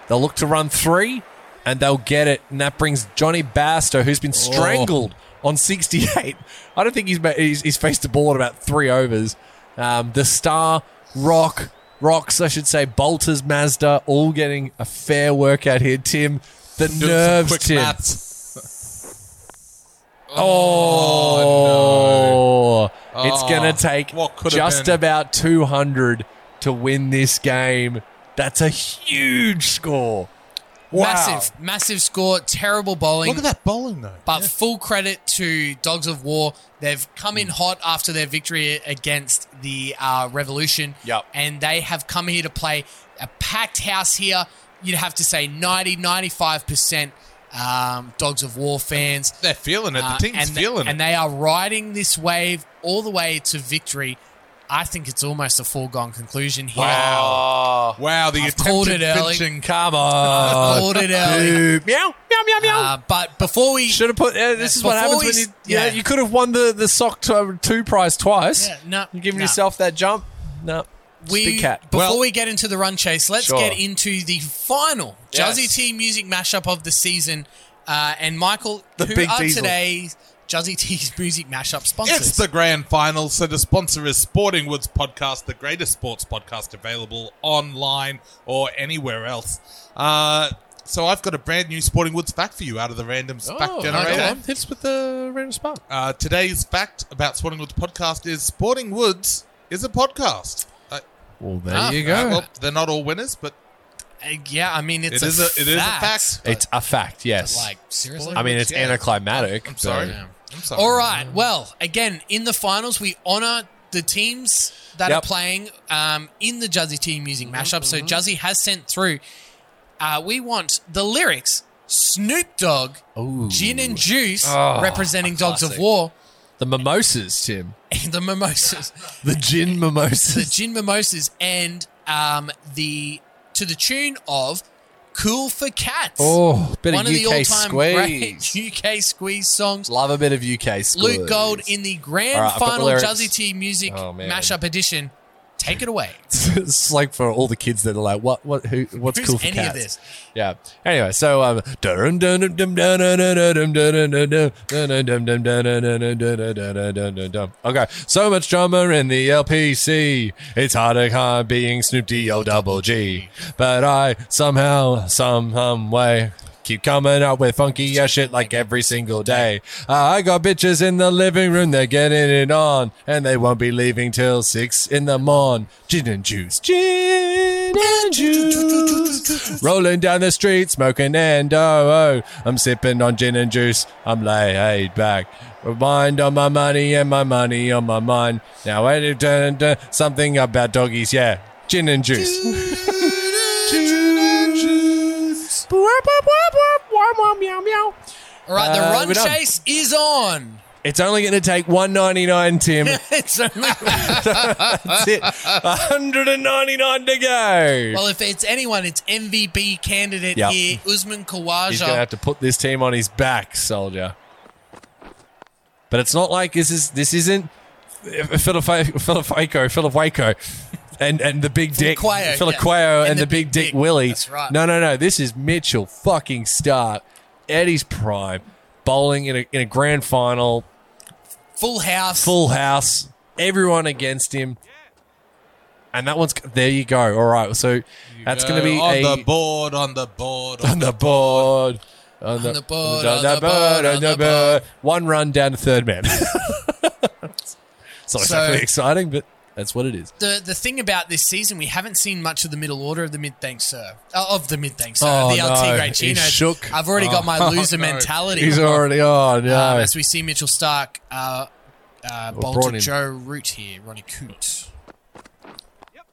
They'll look to run three, and they'll get it, and that brings Johnny Basto, who's Oh. been strangled on 68. I don't think he's ma- he's, he's faced the ball in about three overs. Um, the star rock rocks, I should say, Bolters Mazda, all getting a fair workout here. Tim, the Doing some nerves, quick Tim. maths. Oh, it's Oh, going to take what could have just been. about 200 to win this game. That's a huge score. Wow. Massive, massive score. Terrible bowling. Look at that bowling though. But full credit to Dogs of War. They've come Mm. in hot after their victory against the uh, Revolution. Yep. And they have come here to play a packed house here. You'd have to say 90, 95% um, Dogs of War fans. They're feeling it. The Uh, and, team's feeling and it. they are riding this wave all the way to victory. I think it's almost a foregone conclusion here. Oh. Wow. wow, the I've called attempted it early. pinching. Come on. Called it early. Boop. Meow, meow, meow, meow. Uh, but before we should have put. Uh, this is what Before happens we when you. s- Yeah, yeah. you could have won the the sock to, two prize twice. Yeah, no, You're giving no. yourself that jump. No, we big cat. before Well- we get into the run chase, let's Sure. get into the final Yes. Juzzy T music mashup of the season. Uh, and Michael, The who Big are Diesel. today's Juzzy T's music mashup sponsors? It's the grand final, so the sponsor is Sporting Woods Podcast, the greatest sports podcast available online or anywhere else. Uh, so I've got a brand new Sporting Woods fact for you out of the random fact generator. Oh, okay. Hits with the random spot. Uh, today's fact about Sporting Woods Podcast is Sporting Woods is a podcast. Uh, Well, there Ah, you uh, go. well, they're not all winners, but Uh, yeah, I mean it's it is a, it is a fact. it's a fact. Yes. Like seriously, I mean, it's yeah. anticlimactic. I'm Sorry, Yeah. I'm sorry. All right. Well, again, in the finals, we honour the teams that Yep. are playing um, in the Juzzy T music mashup. So Juzzy has sent through. Uh, we want the lyrics Snoop Dogg, Gin and Juice, representing Dogs of Ah, classic. War, The mimosas, Tim. and the Mimosas, The gin the mimosas. Gin Mimosas, and um, the to the tune of Cool for Cats. oh, bit one of of the UK all-time great squeeze. UK squeeze songs. Love a bit of UK squeeze. Luke Gold in the grand All right, I've got the final lyrics. Juzzy T music Oh, man. mashup edition. Take it away. it's like for all the kids that are like, what, what, who, what's Who's cool for any of cats? this? Yeah. Anyway, so um, dun dun dun dun dun dun dun dun dun dun dun dun dun dun dun dun dun dun dun dun dun dun dun. Okay, so much drama in the LPC. It's hard to hide being Snoop D O double G, but I somehow, some um, way. Keep coming up with funky ass shit like every single day. Uh, I got bitches in the living room, they're getting it on, and they won't be leaving till six in the morn. Gin and juice, gin and juice. Rolling down the street, smoking and oh, oh. I'm sipping on gin and juice. I'm laid back. Mind on my money and my money on my mind. Now I do- do- do- something about doggies, yeah. Gin and juice. All right, the Uh, run we're done. chase is on. It's only going to take 199, Tim. it's only, That's it. 199 to go. well, if it's anyone, it's MVP candidate Yep. here, Usman He's going to Khawaja. have to put this team on his back, soldier. But it's not like this is this isn't uh, Philip Waco, Philip Waco, and and the big dick Quayo, Philip yeah. Quayo and, the, big, dick, Willie. That's right. No, no, no. This is Mitchell fucking Stark, Eddie's prime, bowling in a in a grand final, Full house. full house, everyone against him. And that one's there. You go. All right. So that's going to be on a, the board, on the board. on the board. On the board, on the board, on the board. One run down to third man. it's not exactly exciting, but that's what it is. The, the thing about this season, we haven't seen much of the middle order of the mid thanks sir uh, of the mid thanks sir Oh, the LT no. Great He's Chinos. shook. I've already got my Oh, loser no. mentality. He's already on. No. Um, as we see Mitchell Stark uh, uh, bowl Uh, brought to in. Joe Root here, Ronnie Coote.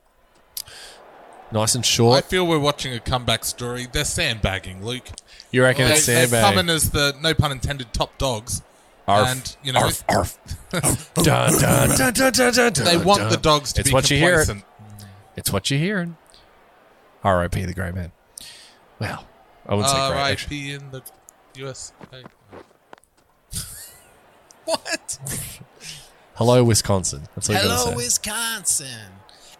nice and I short. feel we're watching a comeback story. They're sandbagging, Luke. You reckon They, it's they come sandbag? in as the no pun intended top dogs, Arf, and you know arf, arf. Dun, dun, dun, dun, dun, dun, dun, they want dun. the dogs to it's be what You hear. complacent. It's what you're hearing. R.I.P. the Grey Man. Well, I wouldn't say great. actually. R.I.P. in the U.S. What? Hello, Wisconsin. That's what you Hello, gotta say. Wisconsin.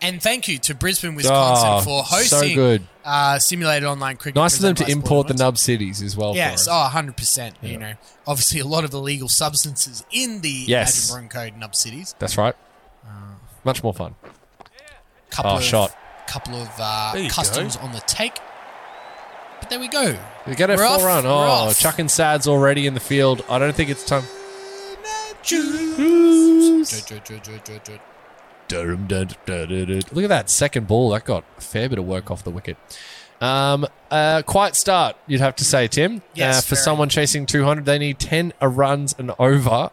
And thank you to Brisbane, Wisconsin Oh, for so hosting good. Uh, simulated online cricket. Nice of them presented to by import the Sporting nub cities as well. Woods. for Yes, us. oh, 100%. You know, obviously a lot of illegal substances in the Yes. Adjabron Code nub cities. That's right. Uh, Much more fun. Couple Oh, of, shot. Couple of uh, you customs on the take. But there we go. We got a We're full off, run. we're Oh, off. Chuck and Sad's already in the field. I don't think it's time. Dun, dun, dun, dun, dun. Look at that second ball. That got a fair bit of work off the wicket. Um, uh, quiet start, you'd have to say, Tim. Yes, uh, for very. someone chasing 200, they need 10 a runs and over.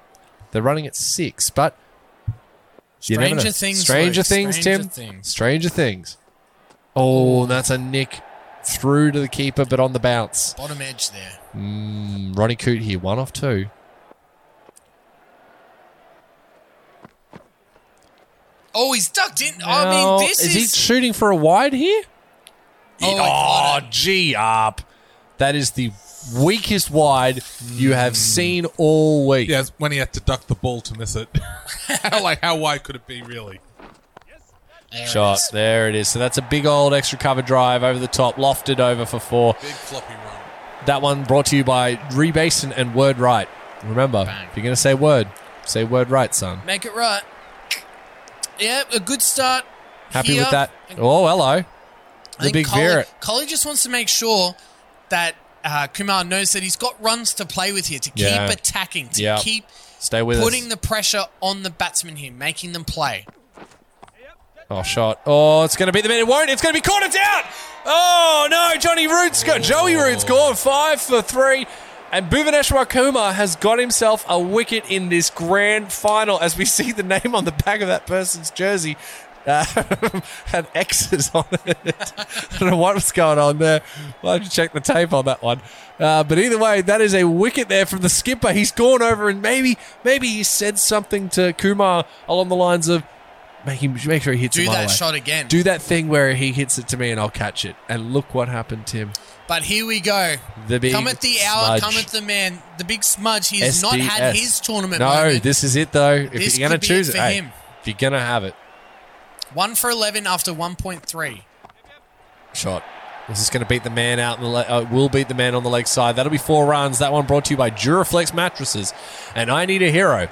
They're running at six, but you never know. Stranger things. Stranger Luke. things, Stranger Tim. Things. Stranger things. Oh, and that's a nick through to the keeper, but on the bounce. Bottom edge there. Mm, Ronnie Coote here, one off two. Oh, he's ducked in. I mean, Now, this is. he shooting for a wide here? Oh, I caught it. gee up. That is the weakest wide you have seen all week. Yes, when he had to duck the ball to miss it. like how wide could it be really? There it Shot. is. There it is. So that's a big old extra cover drive over the top, lofted over for four. Big floppy run. That one brought to you by Rebasin and Word Right. Remember, Bang. if you're going to say word, say word right, son. Make it right. Yeah, a good start. Happy here. with that? I think- Oh, hello. I The think big Collie- Vera. Collie just wants to make sure that uh, Kumar knows that he's got runs to play with here to keep Yeah. attacking, to Yeah. keep Stay with putting us. the pressure on the batsman here, making them play. oh, shot. Oh, it's going to be the man. It won't. It's going to be caught. It's out. Oh, no. Johnny Root's got Joey Root's gone five for three. And Bhuvaneshwar Kumar has got himself a wicket in this grand final as we see the name on the back of that person's jersey. Uh, had X's on it. I don't know what was going on there. We'll have to check the tape on that one. Uh, but either way, that is a wicket there from the skipper. He's gone over and maybe maybe he said something to Kumar along the lines of, make, him, make sure he hits Do it my that way." shot again. Do that thing where he hits it to me and I'll catch it. And look what happened, Tim. but here we go. The big come at the hour, smudge. come at the man. The big smudge. He has not had SDS. his tournament. No, moment. this is it though. If This you're gonna could be it choose it, for hey, him. if you're gonna have it, one for eleven after one point three. shot. This is going to beat the man out. In the le- uh, will beat the man on the leg side. That'll be four runs. That one brought to you by Duraflex mattresses, and I need a hero.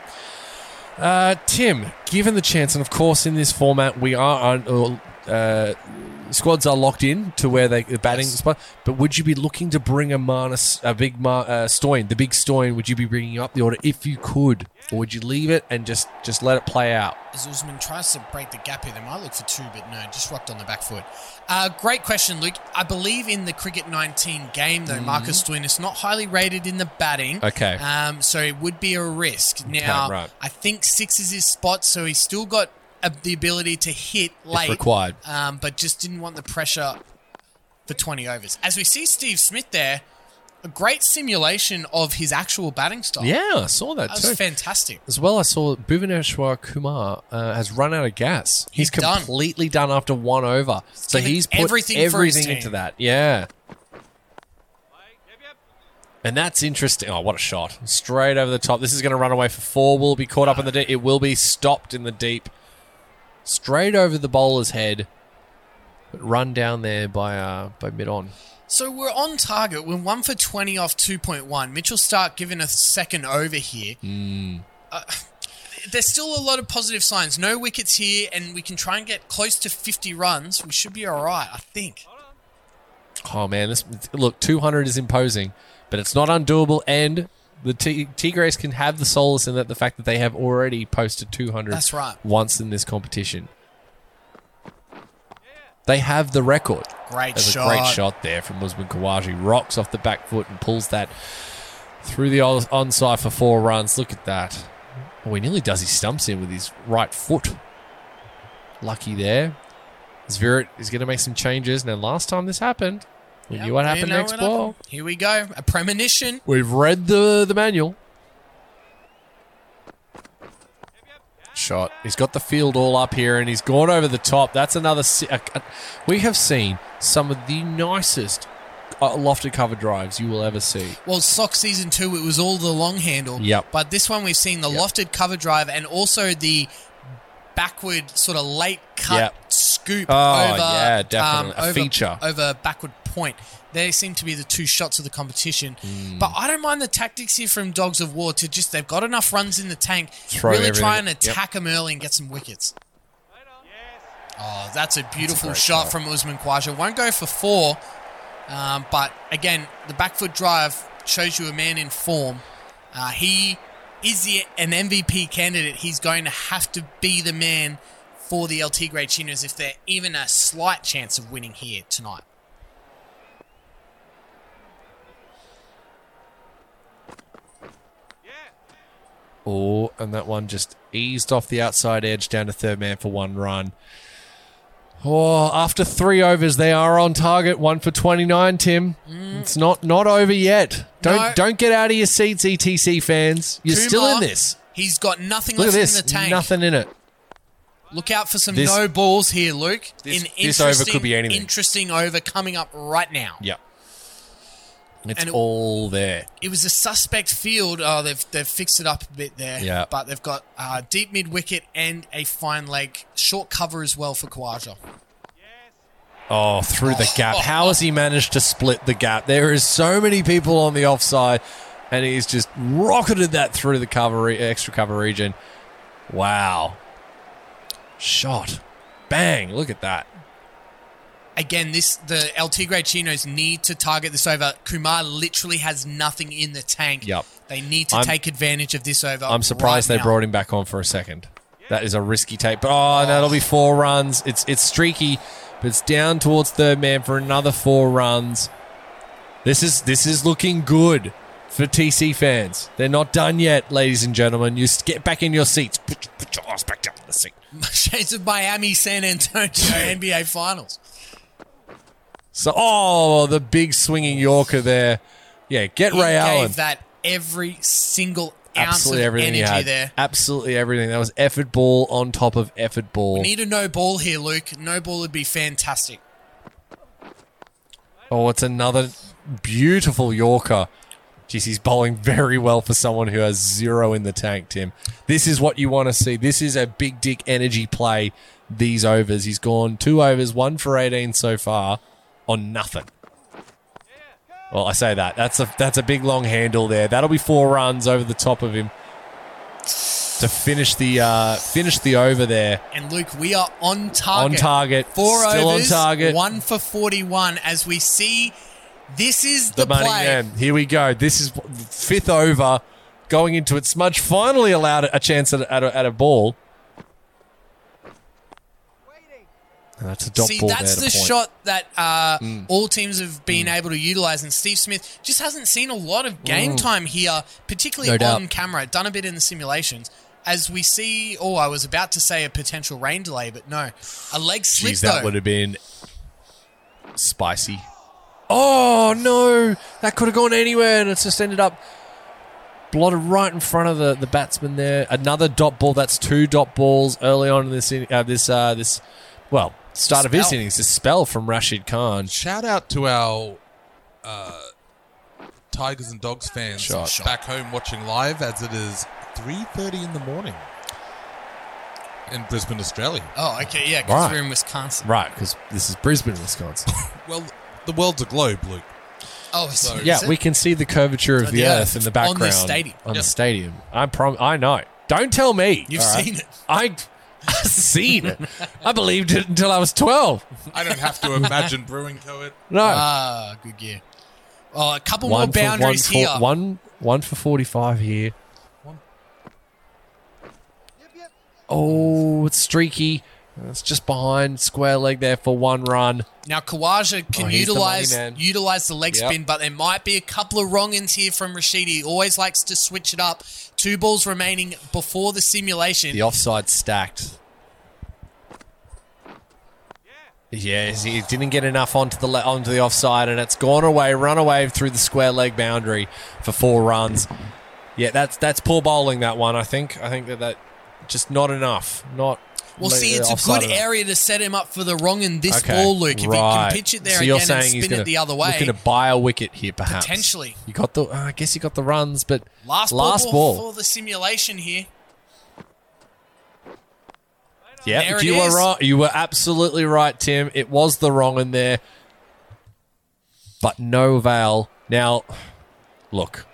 Uh, Tim, given the chance, and of course in this format we are on. Uh, Squads are locked in to where they the batting spot, but would you be looking to bring a Marnus, a big Mar, uh, Stoin, the big Stoin? Would you be bringing up the order if you could, or would you leave it and just just let it play out? As Usman tries to break the gap here, they might look for two, but no, just rocked on the back foot. Uh, great question, Luke. I believe in the Cricket 19 game, though, Marcus Twin is not highly rated in the batting. Mm-hmm. Okay. Um, so it would be a risk. Now, right. I think six is his spot, so he's still got uh the ability to hit late. required. Um, but just didn't want the pressure for 20 overs. As we see Steve Smith there, a great simulation of his actual batting style. Yeah, I saw that, That too. was fantastic. As well, I saw Bhuvaneshwar Kumar uh, has run out of gas. He's, He's done. completely done. after one over. So given he's put everything, everything for his team. into that. Yeah. And that's interesting. Oh, what a shot. Straight over the top. This is going to run away for four. Will it be caught up in the deep. It will be stopped in the deep. Straight over the bowler's head. But run down there by uh, by mid on. So we're on target. We're one for 20 off 2.1. Mitchell Stark given a second over here. Hmm. Uh, there's still a lot of positive signs. No wickets here, and we can try and get close to 50 runs. We should be all right, I think. Oh man, this look 200 is imposing, but it's not undoable. And the T- Tigres can have the solace in that the fact that they have already posted 200. That's right. Once in this competition, they have the record. Great There's shot. a great shot there from Usman Khawaji. Rocks off the back foot and pulls that through the on- onside for four runs. Look at that. Oh, he nearly does. He stumps in with his right foot. Lucky there. Zverit is going to make some changes. Now, last time this happened, we knew what We happened know next what ball. happened. Here we go. A premonition. We've read the, the manual. Shot. He's got the field all up here and he's gone over the top. That's another. Si- uh, uh, we have seen some of the nicest uh, lofted cover drives you will ever see. Well, Sock Season 2, it was all the long handle. Yep. But this one, we've seen the Yep. lofted cover drive and also the backward sort of late cut Yep. scoop Oh, over, um, yeah, definitely. A over, feature. over backward point. They seem to be the two shots of the competition. Hmm. But I don't mind the tactics here from Dogs of War to just, they've got enough runs in the tank. Throw really try and everything- yep. attack them early and get some wickets. Oh, that's a beautiful shot, from Usman Khawaja. Won't go for four, um, but again, the back foot drive shows you a man in form. Uh, he is the, an MVP candidate. He's going to have to be the man for the LT Grey Chinos if they're even a slight chance of winning here tonight. Oh, and that one just eased off the outside edge down to third man for one run. Oh, after three overs, they are on target. One for twenty-nine, Tim. It's not not over yet. Don't No. don't get out of your seats, ETC fans. You're still in Kumar, this. He's got nothing Look at left this. in the tank. Nothing in it. Look out for some This- no balls here, Luke. This- An this over could interesting- be anything. Interesting over coming up right now. Yep. It's And it- all there. It was a suspect field. Oh, they've they've fixed it up a bit there. Yeah. But they've got uh, deep mid wicket and a fine leg short cover as well for Kawaja. Oh, through the gap. How has he managed to split the gap? There is so many people on the offside, and he's just rocketed that through the cover re- extra cover region. Wow. Shot. Bang. Look at that. Again, this the El Tigre Chinos need to target this over. Kumar literally has nothing in the tank. Yep. They need to I'm- take advantage of this over. I'm surprised right they now. brought him back on for a second. That is a risky take. But oh, no, that'll be four runs. It's it's streaky, but it's down towards third man for another four runs. This is this is looking good for TC fans. They're not done yet, ladies and gentlemen. You s- get back in your seats. Put, put your ass back down in the seat. Shades of Miami, San Antonio NBA Finals. So oh, the big swinging Yorker there. Yeah, get He Ray gave Allen. that every single ounce Absolutely of everything he energy had. there. Absolutely everything. That was effort ball on top of effort ball. Need a no ball here, Luke. No ball would be fantastic. Oh, it's another beautiful Yorker. Jeez, he's bowling very well for someone who has zero in the tank, Tim. This is what you want to see. This is a big dick energy play, these overs. He's gone two overs, one for 18 so far, on nothing. Well, I say that. That's a that's a big long handle there. That'll be four runs over the top of him to finish the uh, finish the over there. And Luke, we are on On target. target. Four still overs, on target. one for 41. As we see, this is the, the money play. man. Here we go. This is fifth over, going into it. Smudge finally allowed a chance at, at, a, at a ball. And that's a dot See, ball that's there the to point. Mm. shot that uh, all teams have been able to utilize, and Steve Smith just hasn't seen a lot of game time here, particularly Mm. No on doubt. camera. Done a bit in the simulations. As we see, oh, I was about to say a potential rain delay, but no, a leg slip Jeez, though. that would have been spicy. Oh no, that could have gone anywhere, and it's just ended up blotted right in front of the, the batsman there. Another dot ball. That's two dot balls early on in this in, uh, this uh, this well start of his Spell. innings. This spell from Rashid Khan. Shout out to our uh, Tigers and Dogs fans Shot. Shot. back home watching live as it is 3.30 in the morning in Brisbane, Australia. Oh, okay, yeah, because Right. we're in Wisconsin. Right, because this is Brisbane, Wisconsin. Well, the world's a globe, Luke. Oh, so yeah, we can see the curvature of Oh, the yeah. earth in the On background the stadium. On the Yep. stadium. I prom- I know. Don't tell me. You've all seen it. I I've seen it. I believed it until I was twelve. I don't have to imagine brewing to it. No. Ah, good gear. Oh, a couple more for- boundaries for, here. One one for forty five here. Oh, it's streaky. It's just behind square leg there for one run. Now Kawaja can Oh, he's the money utilize man. utilize the leg Yep. spin, but there might be a couple of wrong ends here from Rashidi. He always likes to switch it up. Two balls remaining before the simulation. The offside stacked. Yeah, he didn't get enough onto the le- onto the offside, and it's gone away, run away through the square leg boundary for four runs. Yeah, that's that's poor bowling that one. I think I think that that just not enough. Not We'll le- see. It's a offside good enough. area to set him up for the wrong end this Okay, ball, Luke. If right. he can pitch it there so again you're and saying he's spin gonna, it the other Looking way, to buy a wicket here, perhaps Potentially. You got the. oh, I guess you got the runs, but last, last ball, ball. for the simulation here. Yeah, There you it were is. right. You were absolutely right, Tim. It was the wrong in there, but no avail. Now, look,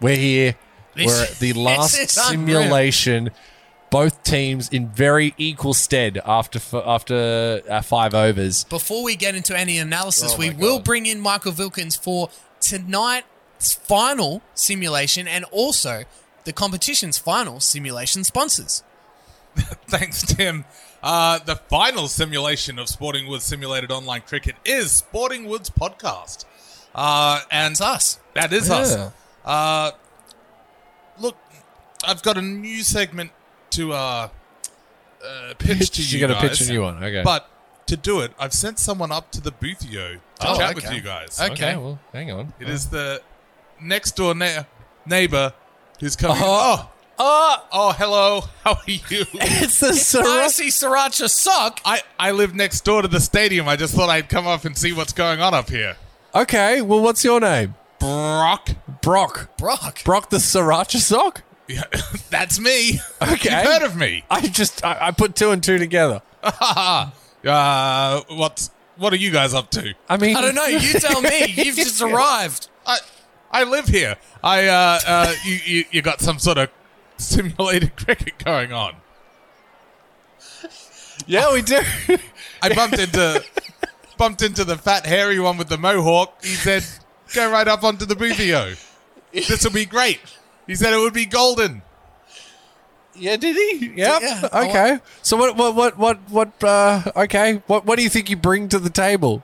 we're here. This- we're at the this last is unreal. simulation. Both teams in very equal stead after f- after uh, five overs. Before we get into any analysis, Oh, we my will God. bring in Michael Vilkins for tonight's final simulation and also the competition's final simulation sponsors. Thanks, Tim. Uh, the final simulation of Sporting Woods simulated online cricket is Sporting Woods podcast. Uh, and It's us. that is Yeah. us. Uh, look, I've got a new segment to uh, uh, pitch to you. You're gonna guys, pitch a new one, okay? But to do it, I've sent someone up to the boothio to Oh, chat with okay. you guys. Okay. okay, well, hang on. It is the next door na- neighbor who's coming. Oh. Oh. oh, hello. How are you? It's the I see Sriracha suck. I, I live next door to the stadium. I just thought I'd come up and see what's going on up here. Okay, well, what's your name? Brock. Brock. Brock. Brock the Sriracha sock? Yeah, that's me. Okay. You've heard of me. I just, I, I put two and two together. Uh, what's, what are you guys up to? I mean, I don't know. You tell me. You've just arrived. I, I live here. I, uh, uh, you, you, you got some sort of simulated cricket going on. Yeah, we do. I bumped into, bumped into the fat hairy one with the mohawk. He said, "Go right up onto the boothio. This will be great." He said it would be golden. yeah, did he? Yep. Yeah. Okay. So what? What? What? What? What? Uh, okay. What? What do you think you bring to the table?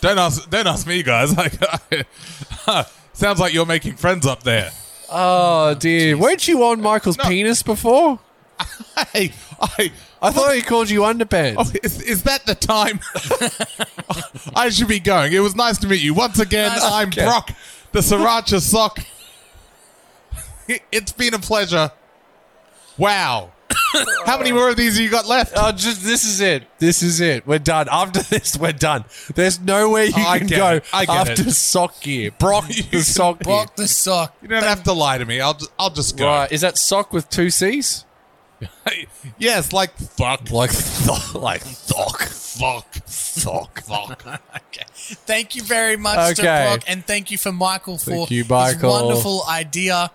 Don't ask, don't ask me, guys. Like, sounds like you're making friends up there. Oh dear. Weren't you on Michael's No. penis before? Hey, I, I thought he called you underpants. oh, is, is that the time? I should be going. It was nice to meet you once again. I'm Brock, the Sriracha sock. It- It's been a pleasure. Wow, how many more of these you got left? Oh, just this is it. This is it. We're done. After this, we're done. There's nowhere you Oh, I can get go it. I get after it. sock gear. Brock the sock gear. Brock the sock. You don't have to lie to me. I'll, ju- I'll just go. Right? Is that sock with two C's? Yes, like fuck, Like, th- like sock. fuck, fuck, fuck. Okay. Thank you very much to Okay. Brock, and thank you for Michael for Thank you, Michael. his wonderful idea.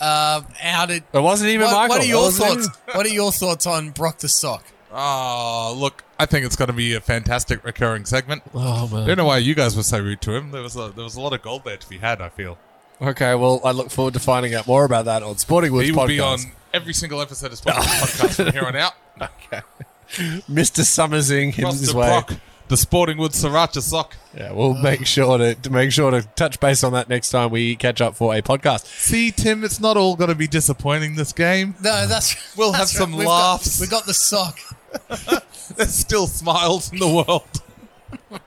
Uh, how did? It wasn't even What, Michael. what are It your wasn't thoughts? even- What are your thoughts on Brock the sock? Oh, look, I think it's going to be a fantastic recurring segment. Oh I man. don't know why you guys were so rude to him. There was a, there was a lot of gold there to be had. I feel Okay, well, I look forward to finding out more about that on Sporting Woods he will be on podcast. every single episode of Sporting Podcast from here on out. Mr. Summersing in Across his to way. Brock, the Sporting Woods Sriracha sock. Yeah, we'll make sure to, to make sure to touch base on that next time we catch up for a podcast. See, Tim, it's not all going to be disappointing this game. No, that's. We'll that's have some We've got- laughs. we got the sock. There's still smiles in the world.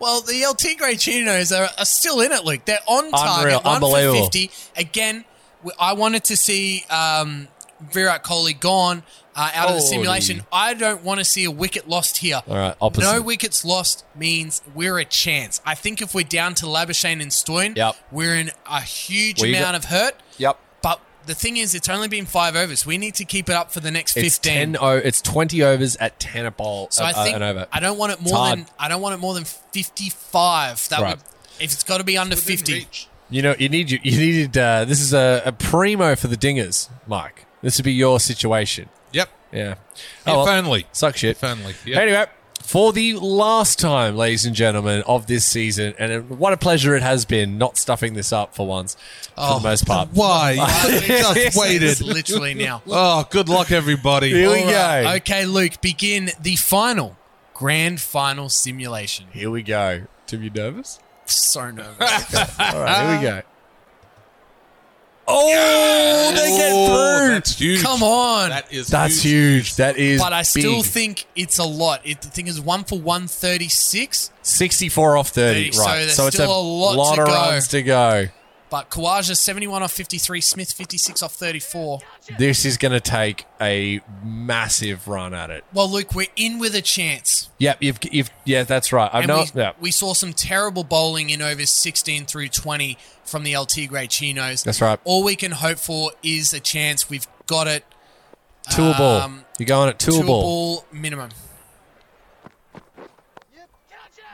Well, the El Tigre Chinos are, are still in it, Luke. They're on target. Unreal. One Unbelievable. for 50. Again, we- I wanted to see um, Virat Kohli gone uh, out of the Kohli. simulation. I don't want to see a wicket lost here. All right, opposite. No wickets lost means we're a chance. I think if we're down to Labuschagne and Stoyan, Yep. we're in a huge We got- amount of hurt. Yep. But the thing is, it's only been five overs. We need to keep it up for the next It's 15. 10 o- it's 20 overs at 10 a ball. So I think an Uh, over. I don't want it It's more hard. than I don't want it more than fifty five. That Right. would if it's got to be under fifty. You know, you need you, you needed uh, this is a, a primo for the dingers, Mike. This would be your situation. Yep. Yeah. if Oh, well, only. suck shit. If only. Yep. Anyway, for the last time, ladies and gentlemen, of this season, and it- what a pleasure it has been not stuffing this up for once, Oh, for the most part. Why? You just It's waited. literally now. Oh, good luck, Here everybody. we All right. go. Okay, Luke, begin the final grand final simulation. Here we go. Tim, you nervous? So nervous. All right, Uh, here we go. Oh, they get Oh, through. that's huge. Come on. That is That's huge. That is. but I still big. think it's a lot. It, the thing is, one for one thirty six. 64 off 30. Thirty, so right. there's So, it's still a, a lot lot, to of go. runs to go. But Kawaja seventy one off fifty three. Smith fifty six off thirty four. This is going to take a massive run at it. Well, Luke, we're in with a chance. Yep, you've, you've yeah, that's right. I And know. we, yeah. we saw some terrible bowling in overs 16 through 20 from the LT Grey Chinos. That's right. All we can hope for is a chance. We've got it. Two a ball. um, You're going at two, Two a ball. ball minimum.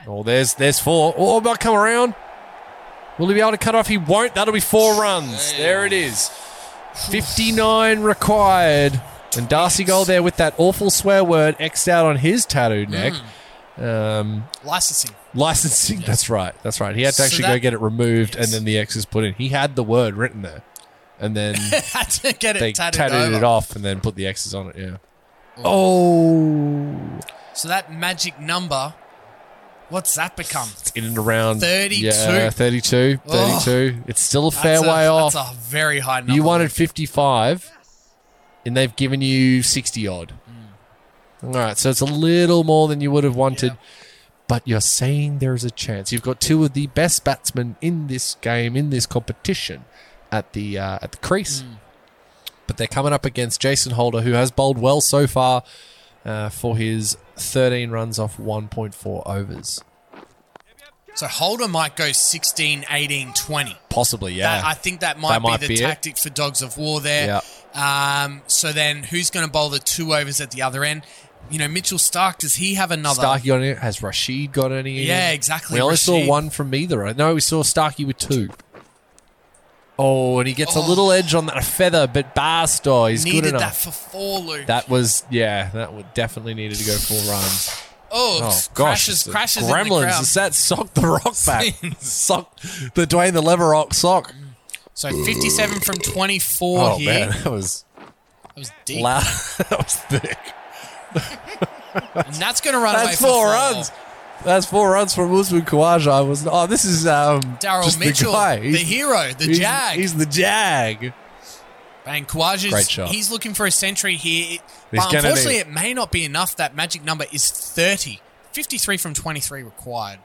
Oh, there's there's four. Oh, about come around. Will he be able to cut off? He won't. That'll be four runs. There it is. 59 required. And Darcy Gold there with that awful swear word X'd out on his Hmm. tattooed neck. Um, Licensing. licensing. That's right. That's right. He had to So actually that- go get it removed Yes. and then the X is put in. He had the word written there. And then Had to get it they tatted, tattooed, over. it off and then put the X's on it. Yeah. Oh. So that magic number, what's that become? It's in and around 32. Yeah, 32. 32. Oh. It's still a fair That's a- way off. That's a very high number. You wanted 55, and they've given you 60 odd. All Mm. right, so it's a little more than you would have wanted, but you're saying there is a chance. You've got two of the best batsmen in this game, in this competition, at the uh, at the crease. Mm. But they're coming up against Jason Holder, who has bowled well so far uh, for his 13 runs off 1.4 overs. So Holder might go 16, 18, 20. Possibly, yeah. That, I think that might That be might the be it. tactic for Dogs of War there. Um, so then who's going to bowl the two overs at the other end? You know, Mitchell Stark, does he have another? Starkey on it. Has Rashid got any? in? Yeah, exactly, We only saw Rashid. one from either. I know we saw Starkey with two. Oh, and he gets a little edge on that feather, but Barstow is good Needed enough. that for four, Luke. That was yeah. That would definitely needed to go four runs. oh, Oh crashes, gosh! crashes, it's the crashes in the Gremlins. crowd. Is that sock the rock back? sock the Dwayne the Leverock sock. So 57 from 24 Oh here. man, that was That was deep. loud. that was thick. And that's going to run away That's for four runs. That's four runs from Usman Khawaja. I was oh, this is um Daryl just Mitchell, the, guy. the, He's- hero, the he's- jag. He's the jag. and Great shot. Kawaja's, he's looking for a century here. It- He's but gonna unfortunately, need- it may not be enough. That magic number is 30. 53 from 23 required.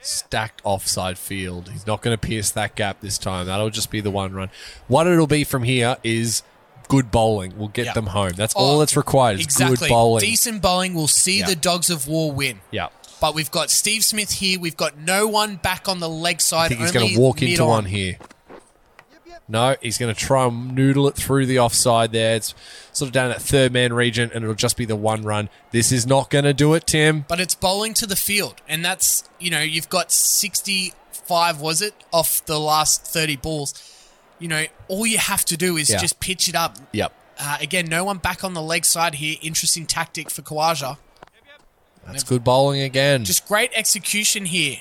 stacked offside field. He's not going to pierce that gap this time. That'll just be the one run. What it'll be from here is good bowling. We'll get Yep. them home. That's Oh, all that's required. Is exactly. good bowling. Decent bowling will see Yeah. the Dogs of War win. yeah. But we've got Steve Smith here. We've got no one back on the leg I side. think he's only going to walk into mid-on. one here. No, he's going to try and noodle it through the offside there. It's sort of down that third man region, and it'll just be the one run. This is not going to do it, Tim. But it's bowling to the field. And that's, you know, you've got 65, was it, off the last 30 balls. You know, all you have to do is Yeah. just pitch it up. Yep. Uh, again, no one back on the leg side here. Interesting tactic for Kawaja. That's good bowling again. Just great execution here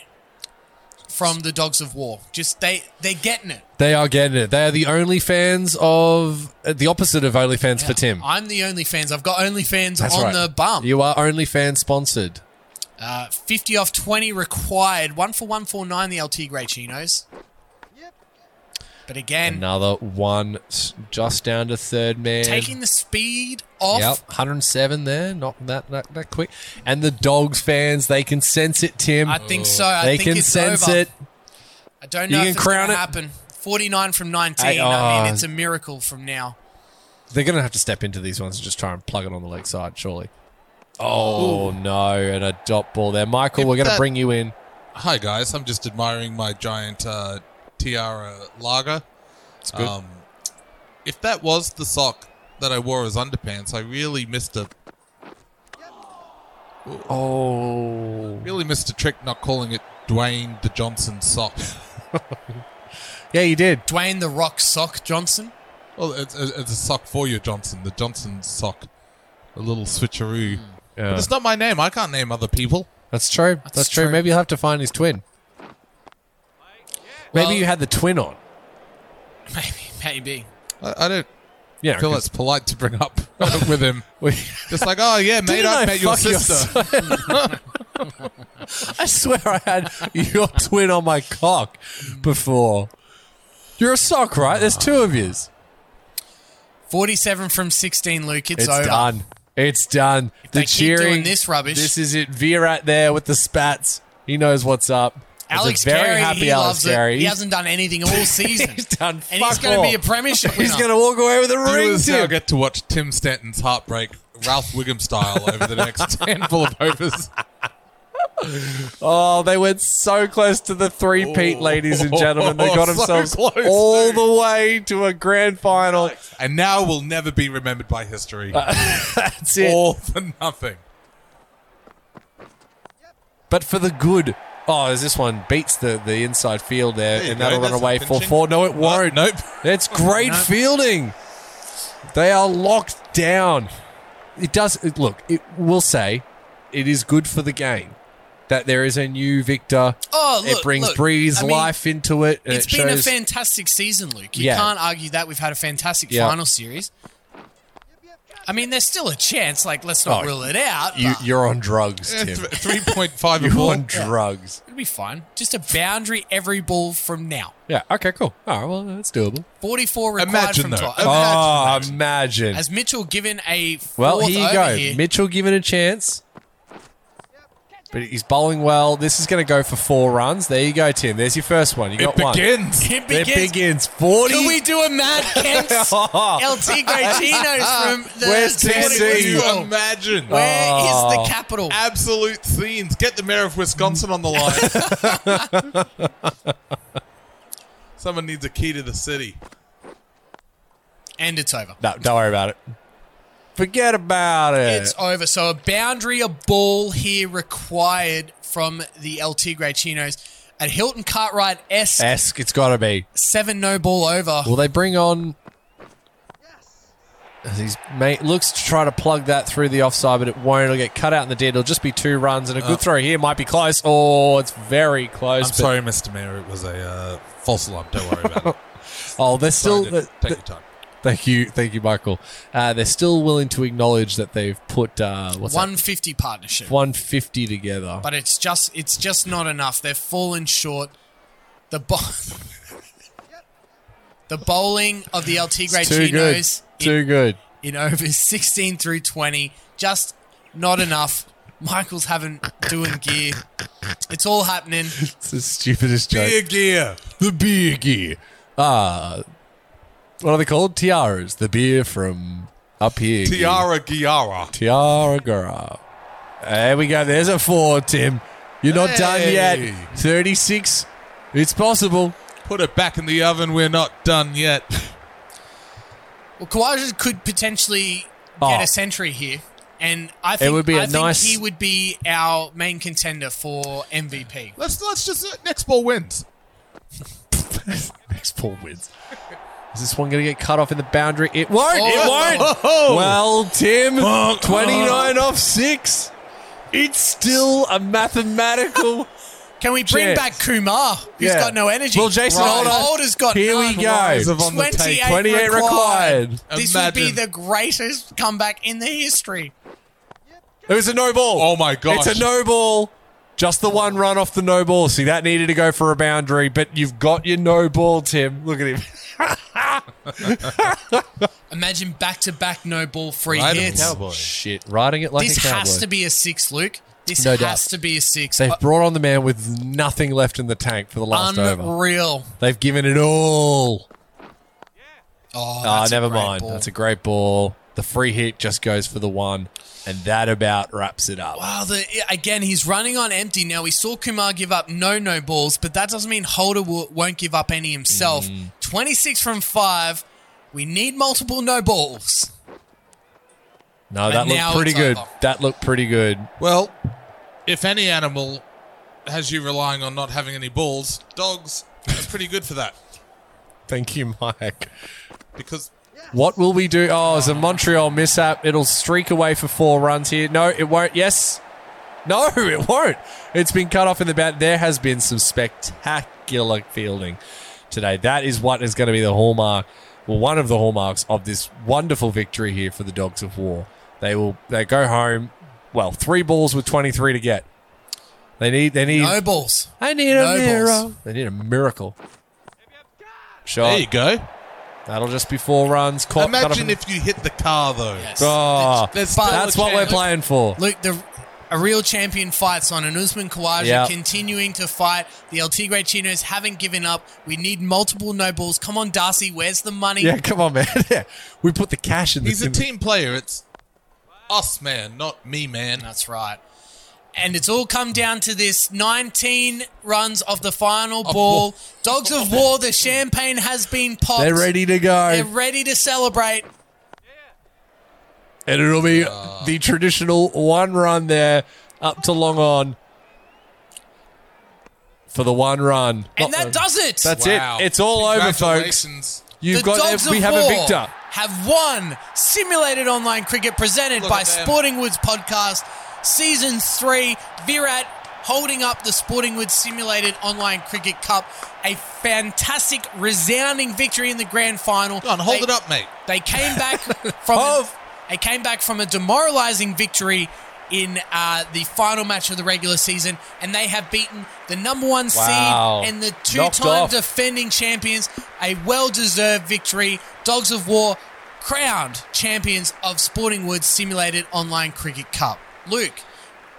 from the Dogs of War. Just they they're getting it. they are getting it. They are the only fans of uh, the opposite of only fans for Tim. I'm the OnlyFans. I've got OnlyFans That's on right. the bum. You are OnlyFans sponsored. Uh, 50 off 20 required. One for 149, the LT Grey Chinos. But again, Another one s- just down to third man. taking the speed off. Yep, 107 there, not that, that that quick. And the dogs fans, they can sense it, Tim. I think so. I they think can it's sense over. it. I don't You know can if it's crown going to it. happen. 49 from 19. Hey, I mean, oh. it's a miracle from now. They're going to have to step into these ones and just try and plug it on the leg side, surely. Oh no, and a dot ball there, Michael. If we're going to that- bring you in. Hi guys, I'm just admiring my giant uh, tiara lager. It's good. Um, if that was the sock that I wore as underpants, I really missed a Oh, really missed a trick not calling it Dwayne the Johnson sock. yeah, you did. Dwayne the Rock Sock Johnson. well, it's, it's it's a sock for you, Johnson. The Johnson sock, a little switcheroo. Hmm. Yeah. It's not my name. I can't name other people. That's true. That's, true. true. Maybe you'll have to find his twin. Maybe Well- you had the twin on. Maybe, maybe. I, I don't Yeah, feel 'cause- it's polite to bring up with him. we- Just like, oh yeah, mate, Didn't I I met your fuck your sister. I swear I had your twin on my cock before. You're a sock, right? There's two of yous. 47 from 16, Luke. It's, It's over. done. It's done. they the keep cheering. doing this rubbish- This is it. Virat there with the spats. He knows what's up. That's a Alex very Carey, happy he Alex loves it. Carey. He He's- hasn't done anything all season. He's done And fuck he's going to be all. a premiership He's winner. going to walk away with a ring. Viewers now Tim. get to watch Tim Stanton's heartbreak, Ralph Wiggum style, over the next handful of overs. Oh, they went so close to the three peat, ladies and gentlemen. They got So themselves close, all dude. the way to a grand final. And now will never be remembered by history. That's Uh, it. All for nothing. but for the good. Oh, as this one beats the, the inside field there, There you and go, that'll run that's away some for pinching. four. No, it won't. Uh, nope. That's great fielding. They are locked down. It does it- look. It will say it is good for the game that there is a new victor. Oh, it look, brings look. Breeze I mean, life into it. and It's it been shows- a fantastic season, Luke. You Yeah. can't argue that. We've had a fantastic Yeah. final series. I mean, there's still a chance. Like, let's not Oh, rule it out. You, but you're on drugs, Th- Tim. 3.5 a You're on ball. drugs. it'll be fine. Just a boundary every ball from now. Yeah. Okay. Cool. All right. Well, that's doable. 44 required Imagine from though. top. Imagine. Oh, imagine. Has Mitchell given a fourth Well, here you over go. here? Mitchell given a chance. but he's bowling well. This is going to go for four runs. There you go, Tim. There's your first one. You got one. begins. It It begins. begins. 40. Can we do a Mad Kent LT Grecinos from the Where's Sporting TC? Can Woods you Bowl? imagine? Where is Oh. the capital? Absolute scenes. Get the mayor of Wisconsin on the line. Someone needs a key to the city. And it's over. no, don't worry about it. Forget about it. It's over. So a boundary, a ball here required from the LT Grecinos at Hilton Cartwright S Esk, it's got to be. seven no ball over. Will they bring on? As He's mate looks to try to plug that through the offside, but it won't. It'll get cut out in the dead. It'll just be two runs and a good throw here might be close. Oh, it's very close. Oh. I'm but- sorry, Mr. Mayor. It was a uh, false alarm. Don't worry about it. Oh, they're still. Sorry, th- dude. Take th- your time. thank you, thank you, Michael. Uh, they're still willing to acknowledge that they've put uh, what's One fifty partnership. one fifty together. But it's just it's just not enough. They've fallen short. The bo- The bowling of the LT It's too good. Grecinos in Too good. in overs 16 through 20. Just not enough. Michael's having doing gear. It's all happening. It's the stupidest joke. Beer gear. the beer gear. Ah, what are they called? Tiaras. The beer from up here. gear. Tiara Giara. Tiara Gura. There we go. There's a four, Tim. You're not Hey. done yet. 36. It's possible. Put it back in the oven. We're not done yet. Well, Kawaja could potentially Oh. get a century here. And I think, would be a I think nice- he would be our main contender for MVP. Let's let's just uh, next ball wins. Next ball wins. Is this one going to get cut off in the boundary? It won't. Oh. It won't. Well, Tim, 29 off 6. It's still a mathematical. Can we bring Chance. back Kumar, who's Yeah. got no energy? Well, Jason Holder- has got Here we none. go. Eyes of on the 28, tape. 28 required. required. This would be Imagine. the greatest comeback in the history. It was a no ball. Oh my gosh. It's a no ball. Just the one run off the no ball. See, that needed to go for a boundary, but you've got your no ball, Tim. Look at him. Imagine back-to-back no ball free Right, hits. Cowboy. Shit, riding it like this a cowboy. has to be a six, Luke. This No has doubt. to be a six. They've Uh, brought on the man with nothing left in the tank for the last over. Unreal. They've given it all. Oh, Ah, that's a never great mind. ball. That's a great ball. The free hit just goes for the one, and that about wraps it up. wow. Ah, The, again, he's running on empty now. We saw Kumar give up no no balls, but that doesn't mean Holder will, won't give up any himself. Mm-hmm. Twenty six from five. We need multiple no balls. No, that now looked pretty it's good. over. That looked pretty good. Well, if any animal has you relying on not having any balls, dogs are pretty good for that Thank you, Mike. because What will we do? Oh, it's a Montreal mishap. It'll streak away for four runs here. No, it won't. Yes. No, it won't. It's been cut off in the bat. There has been some spectacular fielding today. That is what is going to be the hallmark, well, one of the hallmarks of this wonderful victory here for the Dogs of War. They will they go home. Well, three balls with twenty three to get. They need they need No balls. I need no a balls. miracle. They need a miracle. Shot. there you go. That'll just be four runs. Caught, cut off in Imagine the- if you hit the car though. Yes. Oh, There's But- still a that's what we're chance. playing for. Luke, the a real champion fights on, and Usman Khawaja Yeah. continuing to fight. The El Tigre Chinos haven't given up. We need multiple no balls. Come on, Darcy, where's the money? Yeah, come on, man. Yeah. We put the cash in the He's a in- team player. It's us, man, not me, man. That's right. And it's all come down to this 19 runs of the final ball. Dogs of War, the champagne has been popped. They're ready to go. They're ready to celebrate. and it'll be Ah. the traditional one run there up to long on for the one run. And Not that the- does it. That's it. It's all over, folks. Congratulations. You've the got Dogs we of have War a victor. Have won simulated online cricket presented Look by at them. Sporting Woods Podcast, Season 3. Virat holding up the Sporting Woods Simulated Online Cricket Cup. A fantastic, resounding victory in the grand final. Go on, hold They- it up, mate. They came back from a, Hove. they came back from a demoralising victory in uh, the final match of the regular season, and they have beaten the number one Wow. seed and the Knocked two-time off. defending champions. A well-deserved victory. Dogs of War crowned champions of Sporting Woods Simulated Online Cricket Cup. Luke,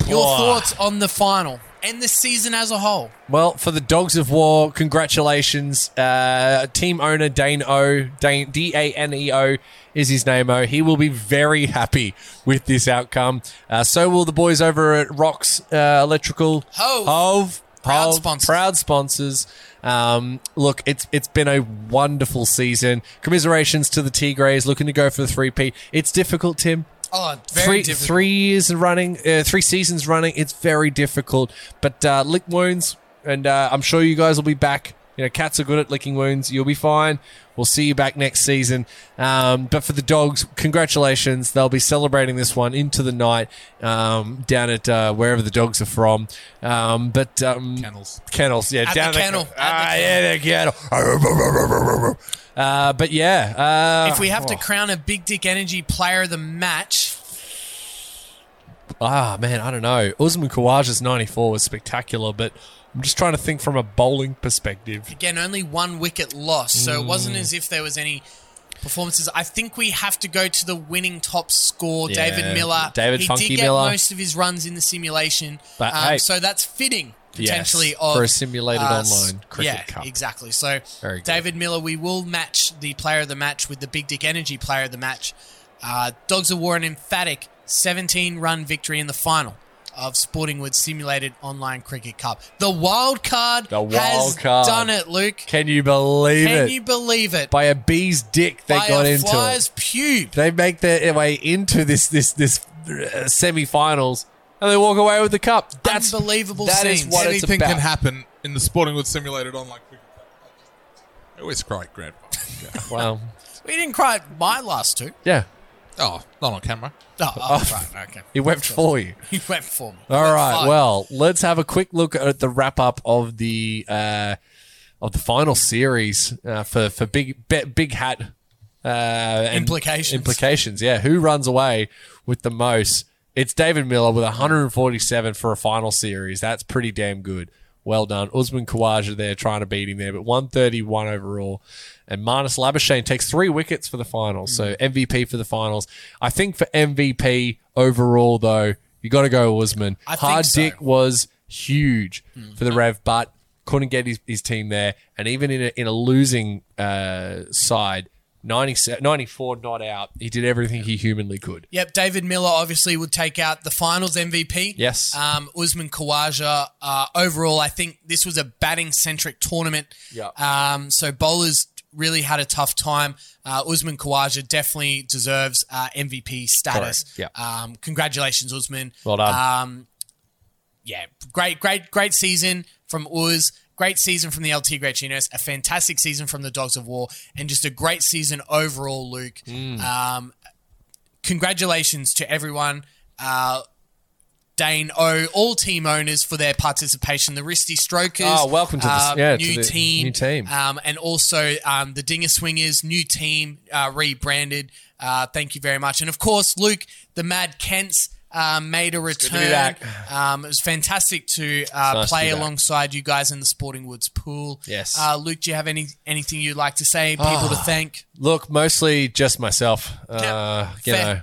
Your Oh. thoughts on the final and the season as a whole? Well, for the Dogs of War, congratulations. Uh, team owner Dane O, Dane, D A N E O is his name O. He will be very happy with this outcome. Uh, so will the boys over at Rocks uh, Electrical. Hove. Hove. Proud Hove. sponsors. Proud sponsors. Um, look, it's it's been a wonderful season. Commiserations to the Tigres looking to go for the three P. It's difficult, Tim Oh, very three, difficult. three years running, uh, three seasons running. It's very difficult, but uh, lick wounds, and uh, I'm sure you guys will be back. You know, cats are good at licking wounds. You'll be fine. We'll see you back next season. Um, but for the dogs, congratulations. They'll be celebrating this one into the night um, down at uh, wherever the dogs are from. Um, but um, Kennels. kennels, yeah, At the down kennel, at the Ah, yeah, the kennel. Uh, but yeah, uh, If we have to crown a big dick energy player of the match, Ah, man, I don't know. Usman Khawaja's 94 was spectacular, but I'm just trying to think from a bowling perspective. again, only one wicket lost, so it Mm. wasn't as if there was any performances. I think we have to go to the winning top score, Yeah, David Miller. David he Funky did get Miller. most of his runs in the simulation, But, um, hey. so that's fitting Yes, potentially of, uh, for a simulated s- online cricket yeah, cup. exactly. So Very good. David Miller, we will match the player of the match with the Big Dick Energy player of the match. Uh, Dogs of War an emphatic 17 run victory in the final of Sporting Wood's simulated online cricket cup. The wild card The has wild card. done it, Luke. Can you believe Can it? you believe it? By a bee's dick, they By got a into flyer's it. pube. They make their way into this this this uh, semi-finals, and they walk away with the cup. That's Unbelievable That is scenes. what it's Anything about. can happen in the Sporting with simulated online cricket. I always cry at Grandpa. Wow. We didn't cry at my last two. Yeah, oh, not on camera. Oh, oh, right, okay. he wept for you. He went for me. All Went right. five. Well, let's have a quick look at the wrap up of the uh, of the final series uh, for for big Be- big hat uh, and Implications. Implications. Yeah. Who runs away with the most? It's David Miller with 147 for a final series. That's pretty damn good. Well done. Usman Khawaja there trying to beat him there, but 131 overall. And Marnus Labuschagne takes three wickets for the finals. Mm. So MVP for the finals. I think for MVP overall, though, you got to go Usman. I think Hard so. Dick was huge for the Rev, but couldn't get his, his team there. And even in a, in a losing uh, side, 90, 94 not out, he did everything he humanly could. Yep, David Miller obviously would take out the finals MVP. Yes. Um, Usman Khawaja. Uh, overall, I think this was a batting centric tournament. Yeah. Um, so bowlers really had a tough time. Uh, Usman Khawaja definitely deserves uh, MVP status. Correct, yeah. Um, congratulations, Usman. Well done. Um, yeah, great, great, great season from Uz. Great season from the LT Great Chinos, a fantastic season from the Dogs of War, and just a great season overall, Luke. Hmm. Um, congratulations to everyone, uh, Dane O, all team owners for their participation. The Risty Strokers, Oh, welcome to the- uh, yeah, to new, the team, new team. um, and also um, the Dinger Swingers, new team uh, rebranded. Uh, thank you very much, and of course, Luke, the Mad Kents. Um, made a to return. be back. Um, it was fantastic to uh, nice to play be back. alongside you guys in the Sporting Woods pool. Yes. Ah. Uh, Luke, do you have any anything you'd like to say? People to thank? Look, mostly just myself. Uh, Yeah, you fair. know,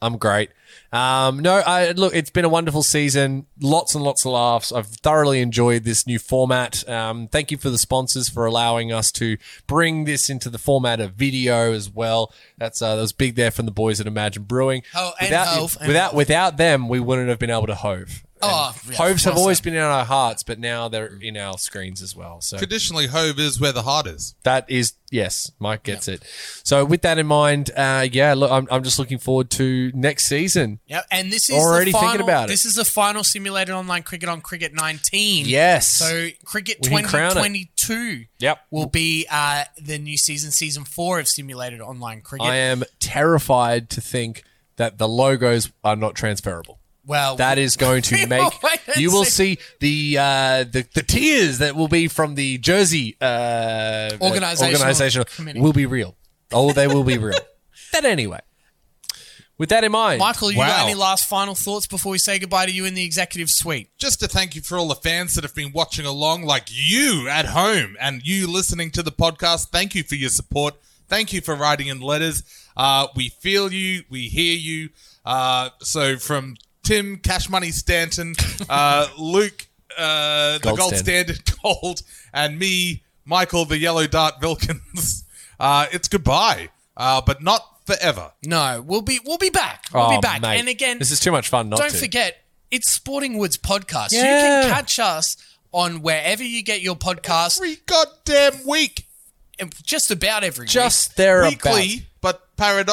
I'm great. Um, no, I look. It's been a wonderful season. Lots and lots of laughs. I've thoroughly enjoyed this new format. Um, thank you for the sponsors for allowing us to bring this into the format of video as well. That's uh, that was big there from the boys at Imagine Brewing. Oh, and without Hove, and without Hove. without them, we wouldn't have been able to hove. Oh, And yeah, hoves have well always said. been in our hearts, but now they're in our screens as well. So Traditionally, Hove is where the heart is. that is yes, Mike gets it. So with that in mind, uh, yeah, look, I'm, I'm just looking forward to next season. Yeah, and this is the Already thinking final, about it. This is the final simulated online cricket on Cricket 19. Yes. So Cricket We can crown it. 2022 Yep. will be uh, the new season, season four of simulated online cricket. I am terrified to think that the logos are not transferable. well, That is going to make Wait and you will see. see the uh, the the tears that will be from the Jersey uh, Organisational organizational committee. will be real. Oh, they will be real. but anyway, with that in mind, Michael, you got Wow. any last final thoughts before we say goodbye to you in the executive suite? Just to thank you for all the fans that have been watching along, like you at home and you listening to the podcast. Thank you for your support. Thank you for writing in letters. Uh, we feel you. We hear you. Uh, so from Tim Cash Money Stanton, uh, Luke uh, the Gold Gold standard. Standard Gold, and me, Michael the Yellow Dart Vilkins. Uh, it's goodbye, uh, but not forever. No, we'll be we'll be back. We'll Oh, be back. mate, and again, this is too much fun not don't to. forget, it's Sporting Woods podcast. You Yeah. can catch us on wherever you get your podcast, Every goddamn week, and just about every week. Just there weekly, but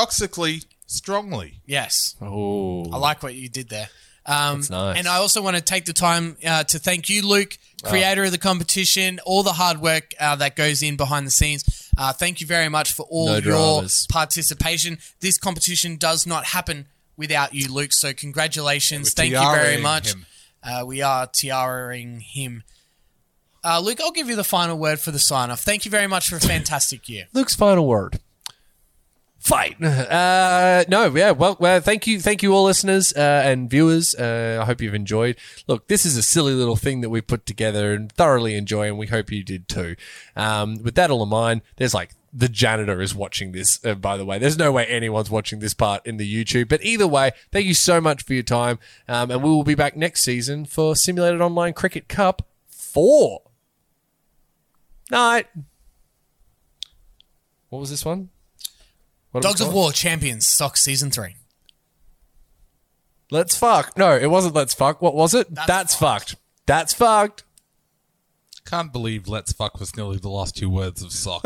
paradoxically, strongly. Yes, Oh, I like what you did there. Um, nice. And I also want to take the time uh, to thank you, Luke, creator of the competition, all the hard work uh, that goes in behind the scenes. Uh, thank you very much for all No your dramas. participation. This competition does not happen without you, Luke. So congratulations. We're Thank you very tiaraing much. him. Uh, we are tiaraing him. Uh, Luke, I'll give you the final word for the sign off. Thank you very much for a fantastic year. Luke's final word. Fight. Uh, no, yeah. Well, well, thank you, thank you all, listeners uh, and viewers. Uh, I hope you've enjoyed. Look, this is a silly little thing that we put together and thoroughly enjoy, and we hope you did too. Um, with that all in mind, there's like the janitor is watching this. Uh, by the way, there's no way anyone's watching this part in the YouTube. But either way, thank you so much for your time, um, and we will be back next season for Simulated Online Cricket Cup Four. Night. What was this one? What Dogs was it of called? War Champions, Sock Season 3. Let's fuck. No, it wasn't let's fuck. What was it? That's, fucked. That's fucked. Can't believe Let's Fuck was nearly the last two words of Sock.